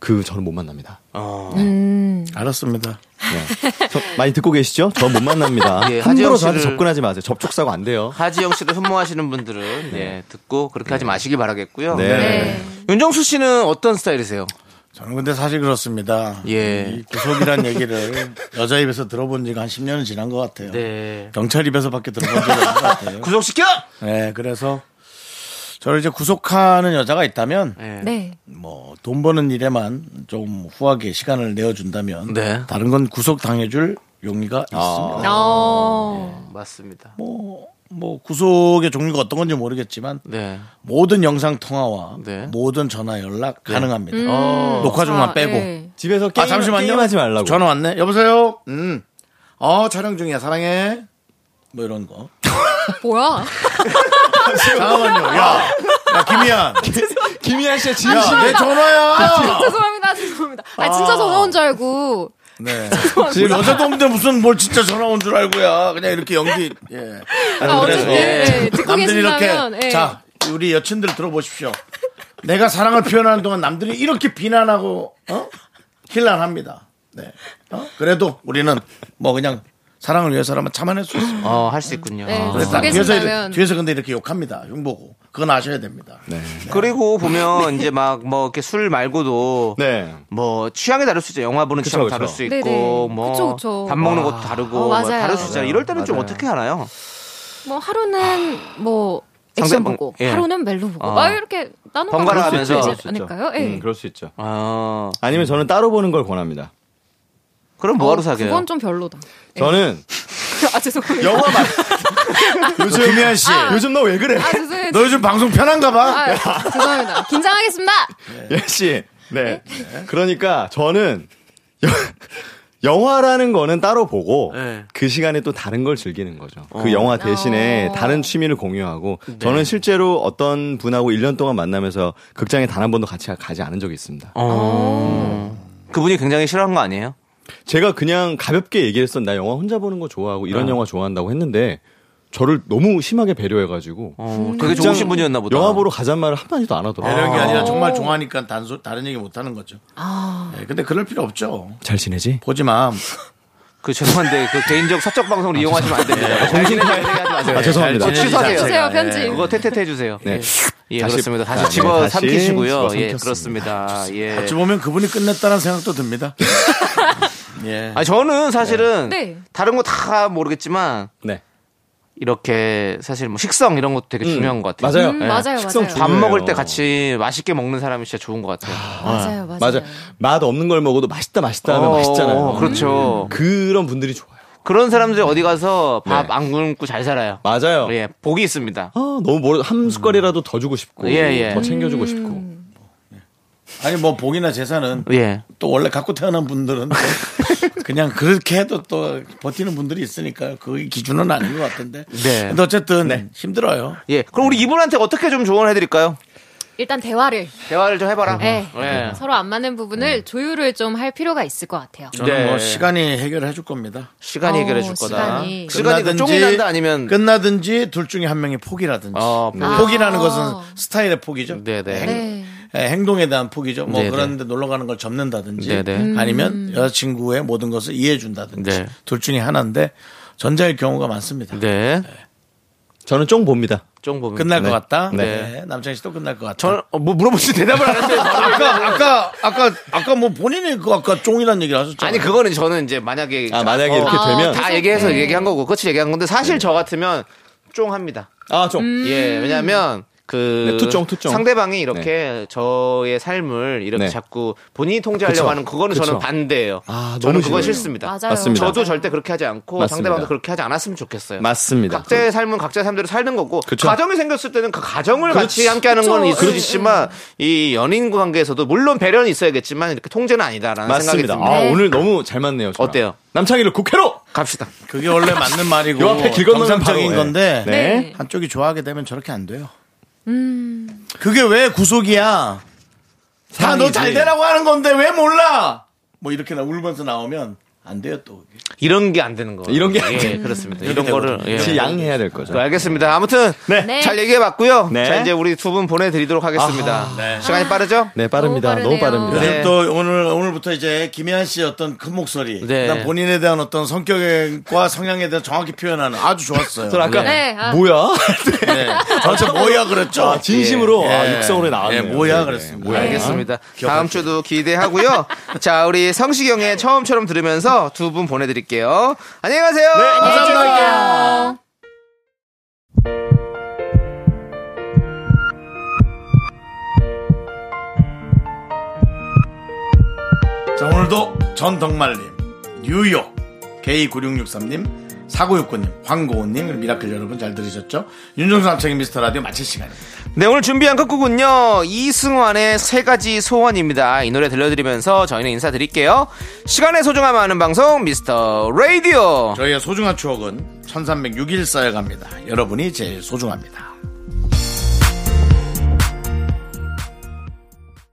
[SPEAKER 6] 그 저는 못 만납니다.
[SPEAKER 2] 어.
[SPEAKER 8] 음.
[SPEAKER 1] 알았습니다.
[SPEAKER 6] 네. 저- 많이 듣고 계시죠? 저
[SPEAKER 1] [LAUGHS]
[SPEAKER 6] 못 만납니다.
[SPEAKER 2] 예,
[SPEAKER 6] 함부로
[SPEAKER 2] 하지영
[SPEAKER 6] 저한테
[SPEAKER 2] 씨를-
[SPEAKER 6] 접근하지 마세요. 접촉 사고 안 돼요.
[SPEAKER 2] 하지영 씨를 흠모하시는 분들은 예, 듣고 그렇게 하지 마시길 바라겠고요.
[SPEAKER 6] 네.
[SPEAKER 8] 네.
[SPEAKER 2] 윤정수 씨는 어떤 스타일이세요?
[SPEAKER 1] 저는 근데 사실 그렇습니다.
[SPEAKER 2] 예.
[SPEAKER 1] 이 구속이란 얘기를 여자 입에서 들어본 지가 한 10년은 지난 것 같아요.
[SPEAKER 2] 네.
[SPEAKER 1] 경찰 입에서 밖에 들어본 적이 없는 것 같아요.
[SPEAKER 2] 구속시켜!
[SPEAKER 1] 네, 그래서 저를 이제 구속하는 여자가 있다면
[SPEAKER 2] 예.
[SPEAKER 8] 네.
[SPEAKER 1] 뭐 돈 버는 일에만 좀 후하게 시간을 내어준다면
[SPEAKER 2] 네.
[SPEAKER 1] 다른 건 구속 당해줄 용의가
[SPEAKER 6] 아.
[SPEAKER 1] 있습니다.
[SPEAKER 2] 네.
[SPEAKER 8] 어.
[SPEAKER 2] 예, 맞습니다.
[SPEAKER 1] 뭐, 뭐 구속의 종류가 어떤 건지 모르겠지만
[SPEAKER 2] 네.
[SPEAKER 1] 모든 영상 통화와
[SPEAKER 2] 네.
[SPEAKER 1] 모든 전화 연락 가능합니다.
[SPEAKER 8] 음.
[SPEAKER 1] 녹화 중만
[SPEAKER 8] 아,
[SPEAKER 1] 빼고.
[SPEAKER 8] 예.
[SPEAKER 6] 집에서 네. 어. 게임,
[SPEAKER 1] 아 잠시만요.
[SPEAKER 6] 게임하지 말라고.
[SPEAKER 1] 전화 왔네. 여보세요. 음. 어 촬영 중이야. 사랑해. 뭐 이런 거.
[SPEAKER 8] 뭐야?
[SPEAKER 1] 잠깐만요. 야, 야 김희안.
[SPEAKER 6] [LAUGHS] 김희아 씨의 진심.
[SPEAKER 1] 야, 내 전화야.
[SPEAKER 8] 아, 죄송합니다. 죄송합니다. 아, 진짜 전화 온 줄 알고. 아,
[SPEAKER 1] 네. [LAUGHS] 지금 여자도 없는데 무슨 뭘 진짜 전화 온 줄 알고야. 그냥 이렇게 연기. 예.
[SPEAKER 8] 아, 어쨌든 예, 듣고
[SPEAKER 1] 남들이
[SPEAKER 8] 계신다면
[SPEAKER 1] 이렇게
[SPEAKER 8] 예.
[SPEAKER 1] 자 우리 여친들 들어보십시오. 내가 사랑을 표현하는 동안 남들이 이렇게 비난하고 어? 힐난합니다. 네. 어? 그래도 우리는 뭐 그냥 사랑을 위해서라면 참아낼 수 있습니다.
[SPEAKER 2] 어, 할 수 있군요.
[SPEAKER 8] 네,
[SPEAKER 2] 아.
[SPEAKER 8] 그래서-
[SPEAKER 1] 그래서
[SPEAKER 8] 속에
[SPEAKER 1] 뒤에서,
[SPEAKER 8] 쓴다면.
[SPEAKER 1] 이렇게- 뒤에서 근데 이렇게 욕합니다. 흉보고 그건 아셔야 됩니다.
[SPEAKER 2] 그리고
[SPEAKER 6] [LAUGHS]
[SPEAKER 2] 보면 이제 막 뭐 이렇게 술 말고도
[SPEAKER 6] 네.
[SPEAKER 2] 뭐 취향이 다를 수 있죠. 영화 보는
[SPEAKER 6] 그쵸,
[SPEAKER 2] 취향
[SPEAKER 6] 그쵸.
[SPEAKER 2] 다를 수
[SPEAKER 8] 네네.
[SPEAKER 2] 있고
[SPEAKER 8] 그쵸, 그쵸.
[SPEAKER 2] 뭐밥 먹는 것도 다르고
[SPEAKER 8] 어,
[SPEAKER 2] 뭐
[SPEAKER 8] 맞아요.
[SPEAKER 2] 다를 수 있잖아요. 이럴 때는 좀
[SPEAKER 6] 맞아요.
[SPEAKER 2] 어떻게 하나요?
[SPEAKER 8] 뭐 하루는 뭐 액션
[SPEAKER 2] 상대방-
[SPEAKER 8] 보고
[SPEAKER 2] 예.
[SPEAKER 8] 하루는 멜로 보고
[SPEAKER 2] 아.
[SPEAKER 8] 막 이렇게 나눠
[SPEAKER 2] 번갈아 하면서.
[SPEAKER 8] 가면서 되지
[SPEAKER 2] 그럴
[SPEAKER 6] 수 있죠.
[SPEAKER 8] 않을까요? 예.
[SPEAKER 6] 음, 그럴 수 있죠.
[SPEAKER 2] 아
[SPEAKER 6] 아니면 저는 따로 보는 걸 권합니다.
[SPEAKER 2] 그럼 뭐하러
[SPEAKER 8] 어,
[SPEAKER 2] 사귀어요?
[SPEAKER 8] 그건 좀 별로다. [LAUGHS]
[SPEAKER 6] 저는
[SPEAKER 8] 아 죄송합니다. [LAUGHS]
[SPEAKER 6] 영화만. 요즘
[SPEAKER 1] 김희한 씨.
[SPEAKER 6] 요즘 너 왜 그래?
[SPEAKER 8] 아 죄송해요.
[SPEAKER 1] 너 요즘 방송 편한가 봐.
[SPEAKER 8] 아, 죄송합니다. 긴장하겠습니다.
[SPEAKER 6] 예, 씨. 네. 그러니까 저는 여- 영화라는 거는 따로 보고
[SPEAKER 2] 네.
[SPEAKER 6] 그 시간에 또 다른 걸 즐기는 거죠. 그 영화 대신에
[SPEAKER 8] 어.
[SPEAKER 6] 다른 취미를 공유하고
[SPEAKER 2] 네.
[SPEAKER 6] 저는 실제로 어떤 분하고 1년 동안 만나면서 극장에 단 한 번도 같이 가지 않은 적이 있습니다.
[SPEAKER 2] 어. 그분이 굉장히 싫어한 거 아니에요?
[SPEAKER 6] 제가 그냥 가볍게 얘기했어. 나 영화 혼자 보는 거 좋아하고
[SPEAKER 2] 어.
[SPEAKER 6] 이런 영화 좋아한다고 했는데 저를 너무 심하게 배려해가지고
[SPEAKER 2] 어, 되게 좋으신 분이었나 보다.
[SPEAKER 6] 영화 보러 가잔 말을 한마디도 안 하더라고요.
[SPEAKER 1] 이런 게 아니라
[SPEAKER 8] 어.
[SPEAKER 1] 정말 좋아하니까 어. 단소, 다른 얘기 못 하는 거죠.
[SPEAKER 8] 아.
[SPEAKER 1] 네, 근데 그럴 필요 없죠.
[SPEAKER 6] 잘 지내지?
[SPEAKER 1] 보지 마.
[SPEAKER 2] 그 죄송한데 그 개인적 사적 방송을 이용하시면 안 됩니다. 얘기하지 마세요.
[SPEAKER 1] 네,
[SPEAKER 6] 아, 죄송합니다.
[SPEAKER 2] 잘 지내지
[SPEAKER 1] 취소하세요.
[SPEAKER 2] 마세요.
[SPEAKER 8] 주세요 편지.
[SPEAKER 2] 그거 퇴퇴해 주세요.
[SPEAKER 6] 네.
[SPEAKER 2] 예,
[SPEAKER 6] 다시-
[SPEAKER 2] 그렇습니다. 다시
[SPEAKER 6] 아, 네,
[SPEAKER 2] 집어
[SPEAKER 6] 다시
[SPEAKER 2] 삼키시고요. 예,
[SPEAKER 6] 집어삼켰습니다.
[SPEAKER 2] 그렇습니다. 예.
[SPEAKER 1] 어찌 보면 그분이 끝냈다는 생각도 듭니다. 예.
[SPEAKER 2] 아 저는 사실은
[SPEAKER 8] 네.
[SPEAKER 2] 다른 거 다 모르겠지만
[SPEAKER 6] 네.
[SPEAKER 2] 이렇게 사실 뭐 식성 이런 것도 되게 중요한 것 같아요.
[SPEAKER 6] 맞아요.
[SPEAKER 8] 음,
[SPEAKER 6] 예.
[SPEAKER 8] 맞아요,
[SPEAKER 6] 식성
[SPEAKER 8] 맞아요.
[SPEAKER 2] 밥
[SPEAKER 6] 중요해요.
[SPEAKER 2] 먹을 때 같이 맛있게 먹는 사람이 진짜 좋은 것 같아요.
[SPEAKER 8] 맞아요, 맞아요.
[SPEAKER 6] 맞아요. 맛 없는 걸 먹어도 맛있다 맛있다 하면
[SPEAKER 2] 어,
[SPEAKER 6] 맛있잖아요. 음.
[SPEAKER 2] 그렇죠.
[SPEAKER 6] 그런 분들이 좋아요.
[SPEAKER 2] 그런 사람들이 어디 가서 밥 안 굶고 잘 살아요.
[SPEAKER 6] 맞아요.
[SPEAKER 2] 예, 복이 있습니다.
[SPEAKER 6] 아, 너무 모르, 한 숟갈이라도 더 주고 싶고,
[SPEAKER 2] 예, 예.
[SPEAKER 6] 더 챙겨주고 싶고.
[SPEAKER 1] 아니 뭐 복이나 재산은
[SPEAKER 2] 예.
[SPEAKER 1] 또 원래 갖고 태어난 분들은 또 그냥 그렇게 해도 또 버티는 분들이 있으니까 그 기준은 아닌 것 같은데.
[SPEAKER 2] 네.
[SPEAKER 1] 근데 어쨌든 힘들어요.
[SPEAKER 2] 예. 그럼 우리 이분한테 어떻게 좀 조언해 드릴까요?
[SPEAKER 8] 일단 대화를
[SPEAKER 2] 대화를 좀 해봐라.
[SPEAKER 8] 네.
[SPEAKER 2] 예.
[SPEAKER 8] 서로 안 맞는 부분을 조율을 좀 할 필요가 있을 것 같아요.
[SPEAKER 1] 저는
[SPEAKER 2] 네.
[SPEAKER 1] 뭐 시간이 해결해 줄 겁니다.
[SPEAKER 2] 시간이
[SPEAKER 8] 어,
[SPEAKER 2] 해결해 줄 거다.
[SPEAKER 8] 시간이.
[SPEAKER 2] 시간이 그
[SPEAKER 1] 끝나든지-
[SPEAKER 2] 쫑이 난다 아니면
[SPEAKER 1] 끝나든지 둘 중에 한 명이 포기라든지.
[SPEAKER 6] 아,
[SPEAKER 2] 어,
[SPEAKER 1] 음. 포기라는 것은 스타일의 포기죠.
[SPEAKER 2] 네네.
[SPEAKER 8] 네.
[SPEAKER 1] 예, 행동에 대한 포기죠. 뭐
[SPEAKER 2] 네네.
[SPEAKER 1] 그런데 놀러 가는 걸 접는다든지
[SPEAKER 2] 네네. 음.
[SPEAKER 1] 아니면 여자친구의 모든 것을 이해해 준다든지
[SPEAKER 2] 네.
[SPEAKER 1] 둘 중에 하나인데 전자일 경우가 많습니다.
[SPEAKER 2] 네.
[SPEAKER 6] 저는 쫑 봅니다.
[SPEAKER 2] 쫑 보면.
[SPEAKER 1] 끝날 것 같다.
[SPEAKER 2] 네.
[SPEAKER 1] 네. 남창희 씨도 끝날 것 같다.
[SPEAKER 2] 저는 어, 뭐 물어보시 대답을 안 했어요.
[SPEAKER 1] 아까 아까 아까 아까 뭐 본인이 그 아까 쫑이라는 얘기를 하셨잖아요.
[SPEAKER 2] 아니 그거는 저는 이제 만약에 어,
[SPEAKER 6] 아, 만약에 이렇게
[SPEAKER 8] 아,
[SPEAKER 6] 되면. 음.
[SPEAKER 2] 다 얘기해서 얘기한 거고 끝이 얘기한 건데 사실 저 같으면 쫑 합니다.
[SPEAKER 6] 아, 쫑.
[SPEAKER 8] 음.
[SPEAKER 2] 예, 왜냐면 그
[SPEAKER 6] 네, 투정, 투정.
[SPEAKER 2] 상대방이 이렇게 저의 삶을 이렇게
[SPEAKER 6] 네.
[SPEAKER 2] 자꾸 본인이 통제하려고
[SPEAKER 6] 그쵸.
[SPEAKER 2] 하는 그거는 저는
[SPEAKER 6] 그쵸.
[SPEAKER 2] 반대예요.
[SPEAKER 6] 아,
[SPEAKER 2] 저는
[SPEAKER 6] 너무
[SPEAKER 2] 그건
[SPEAKER 6] 싫어요.
[SPEAKER 2] 싫습니다.
[SPEAKER 8] 맞아요.
[SPEAKER 6] 맞습니다.
[SPEAKER 2] 저도 절대 그렇게 하지 않고
[SPEAKER 6] 맞습니다.
[SPEAKER 2] 상대방도 그렇게 하지 않았으면 좋겠어요.
[SPEAKER 6] 맞습니다.
[SPEAKER 2] 각자의 삶은 각자의 삶대로 사는 거고
[SPEAKER 6] 그쵸.
[SPEAKER 2] 가정이 생겼을 때는 그 가정을 같이
[SPEAKER 6] 그렇지.
[SPEAKER 2] 함께하는 건
[SPEAKER 8] 그쵸.
[SPEAKER 2] 있을 수 있지만 이 연인 관계에서도 물론 배려는 있어야겠지만 이렇게 통제는 아니다라는
[SPEAKER 6] 맞습니다.
[SPEAKER 2] 생각이 듭니다.
[SPEAKER 6] 아, 오늘 너무 잘 맞네요. 저랑.
[SPEAKER 2] 어때요?
[SPEAKER 6] 남창희를 국회로!
[SPEAKER 2] 갑시다.
[SPEAKER 1] 그게 원래 맞는 말이고
[SPEAKER 6] 요 앞에 길 건너면
[SPEAKER 1] 정상적인
[SPEAKER 6] 바로, 예.
[SPEAKER 1] 건데
[SPEAKER 6] 네.
[SPEAKER 1] 한쪽이 좋아하게 되면 저렇게 안 돼요. 그게 왜 구속이야? 다 아, 너 잘 되라고 하는 건데 왜 몰라? 뭐 이렇게 나 울면서 나오면 안 돼요 또.
[SPEAKER 2] 이런 게 안 되는 거예요.
[SPEAKER 6] 이런 게안
[SPEAKER 2] 예,
[SPEAKER 6] 되는
[SPEAKER 2] 그렇습니다.
[SPEAKER 1] 이렇게
[SPEAKER 2] 이런 거를
[SPEAKER 1] 되거든요.
[SPEAKER 2] 예.
[SPEAKER 6] 같이 양해해야 될 거죠.
[SPEAKER 2] 그 알겠습니다. 아무튼
[SPEAKER 8] 네.
[SPEAKER 2] 잘 얘기해봤고요.
[SPEAKER 6] 네.
[SPEAKER 2] 자 이제 우리 두 분 보내드리도록 하겠습니다. 시간이 빠르죠?
[SPEAKER 6] 네, 빠릅니다.
[SPEAKER 8] 너무
[SPEAKER 6] 너무
[SPEAKER 8] 빠르네요.
[SPEAKER 6] 빠릅니다.
[SPEAKER 2] 네.
[SPEAKER 1] 요즘 또 오늘 오늘부터 이제 김혜한 씨의 어떤 큰 목소리,
[SPEAKER 2] 네.
[SPEAKER 1] 그다음 본인에 대한 어떤 성격과 성향에 대한 정확히 표현하는 아주
[SPEAKER 6] [LAUGHS]
[SPEAKER 1] 좋았어요.
[SPEAKER 6] 저 아까
[SPEAKER 8] 네, 아.
[SPEAKER 6] 뭐야?
[SPEAKER 1] 네. 저한테 뭐야 그랬죠?
[SPEAKER 6] 아, 진심으로
[SPEAKER 1] 예.
[SPEAKER 6] 아, 육성으로 나왔네요.
[SPEAKER 1] 예, 뭐야
[SPEAKER 6] 네,
[SPEAKER 1] 그랬습니다.
[SPEAKER 6] 네, 뭐야.
[SPEAKER 2] 알겠습니다. 다음 주도 기대하고요. 자 우리 성시경의 처음처럼 들으면서 두 분 보내드릴게요. 안녕히 가세요.
[SPEAKER 8] 네,
[SPEAKER 1] 자, 오늘도 전덕말님, 뉴욕, K9663님, 4969님, 황고은님, 그리고 미라클 여러분 잘 들으셨죠? 윤정수 남창의 미스터 라디오 마칠 시간입니다.
[SPEAKER 2] 네, 오늘 준비한 끝곡은요, 이승환의 세 가지 소원입니다. 이 노래 들려드리면서 저희는 인사드릴게요. 시간의 소중함 아는 방송, 미스터 라디오.
[SPEAKER 1] 저희의 소중한 추억은 1306일 쌓여갑니다. 여러분이 제일 소중합니다.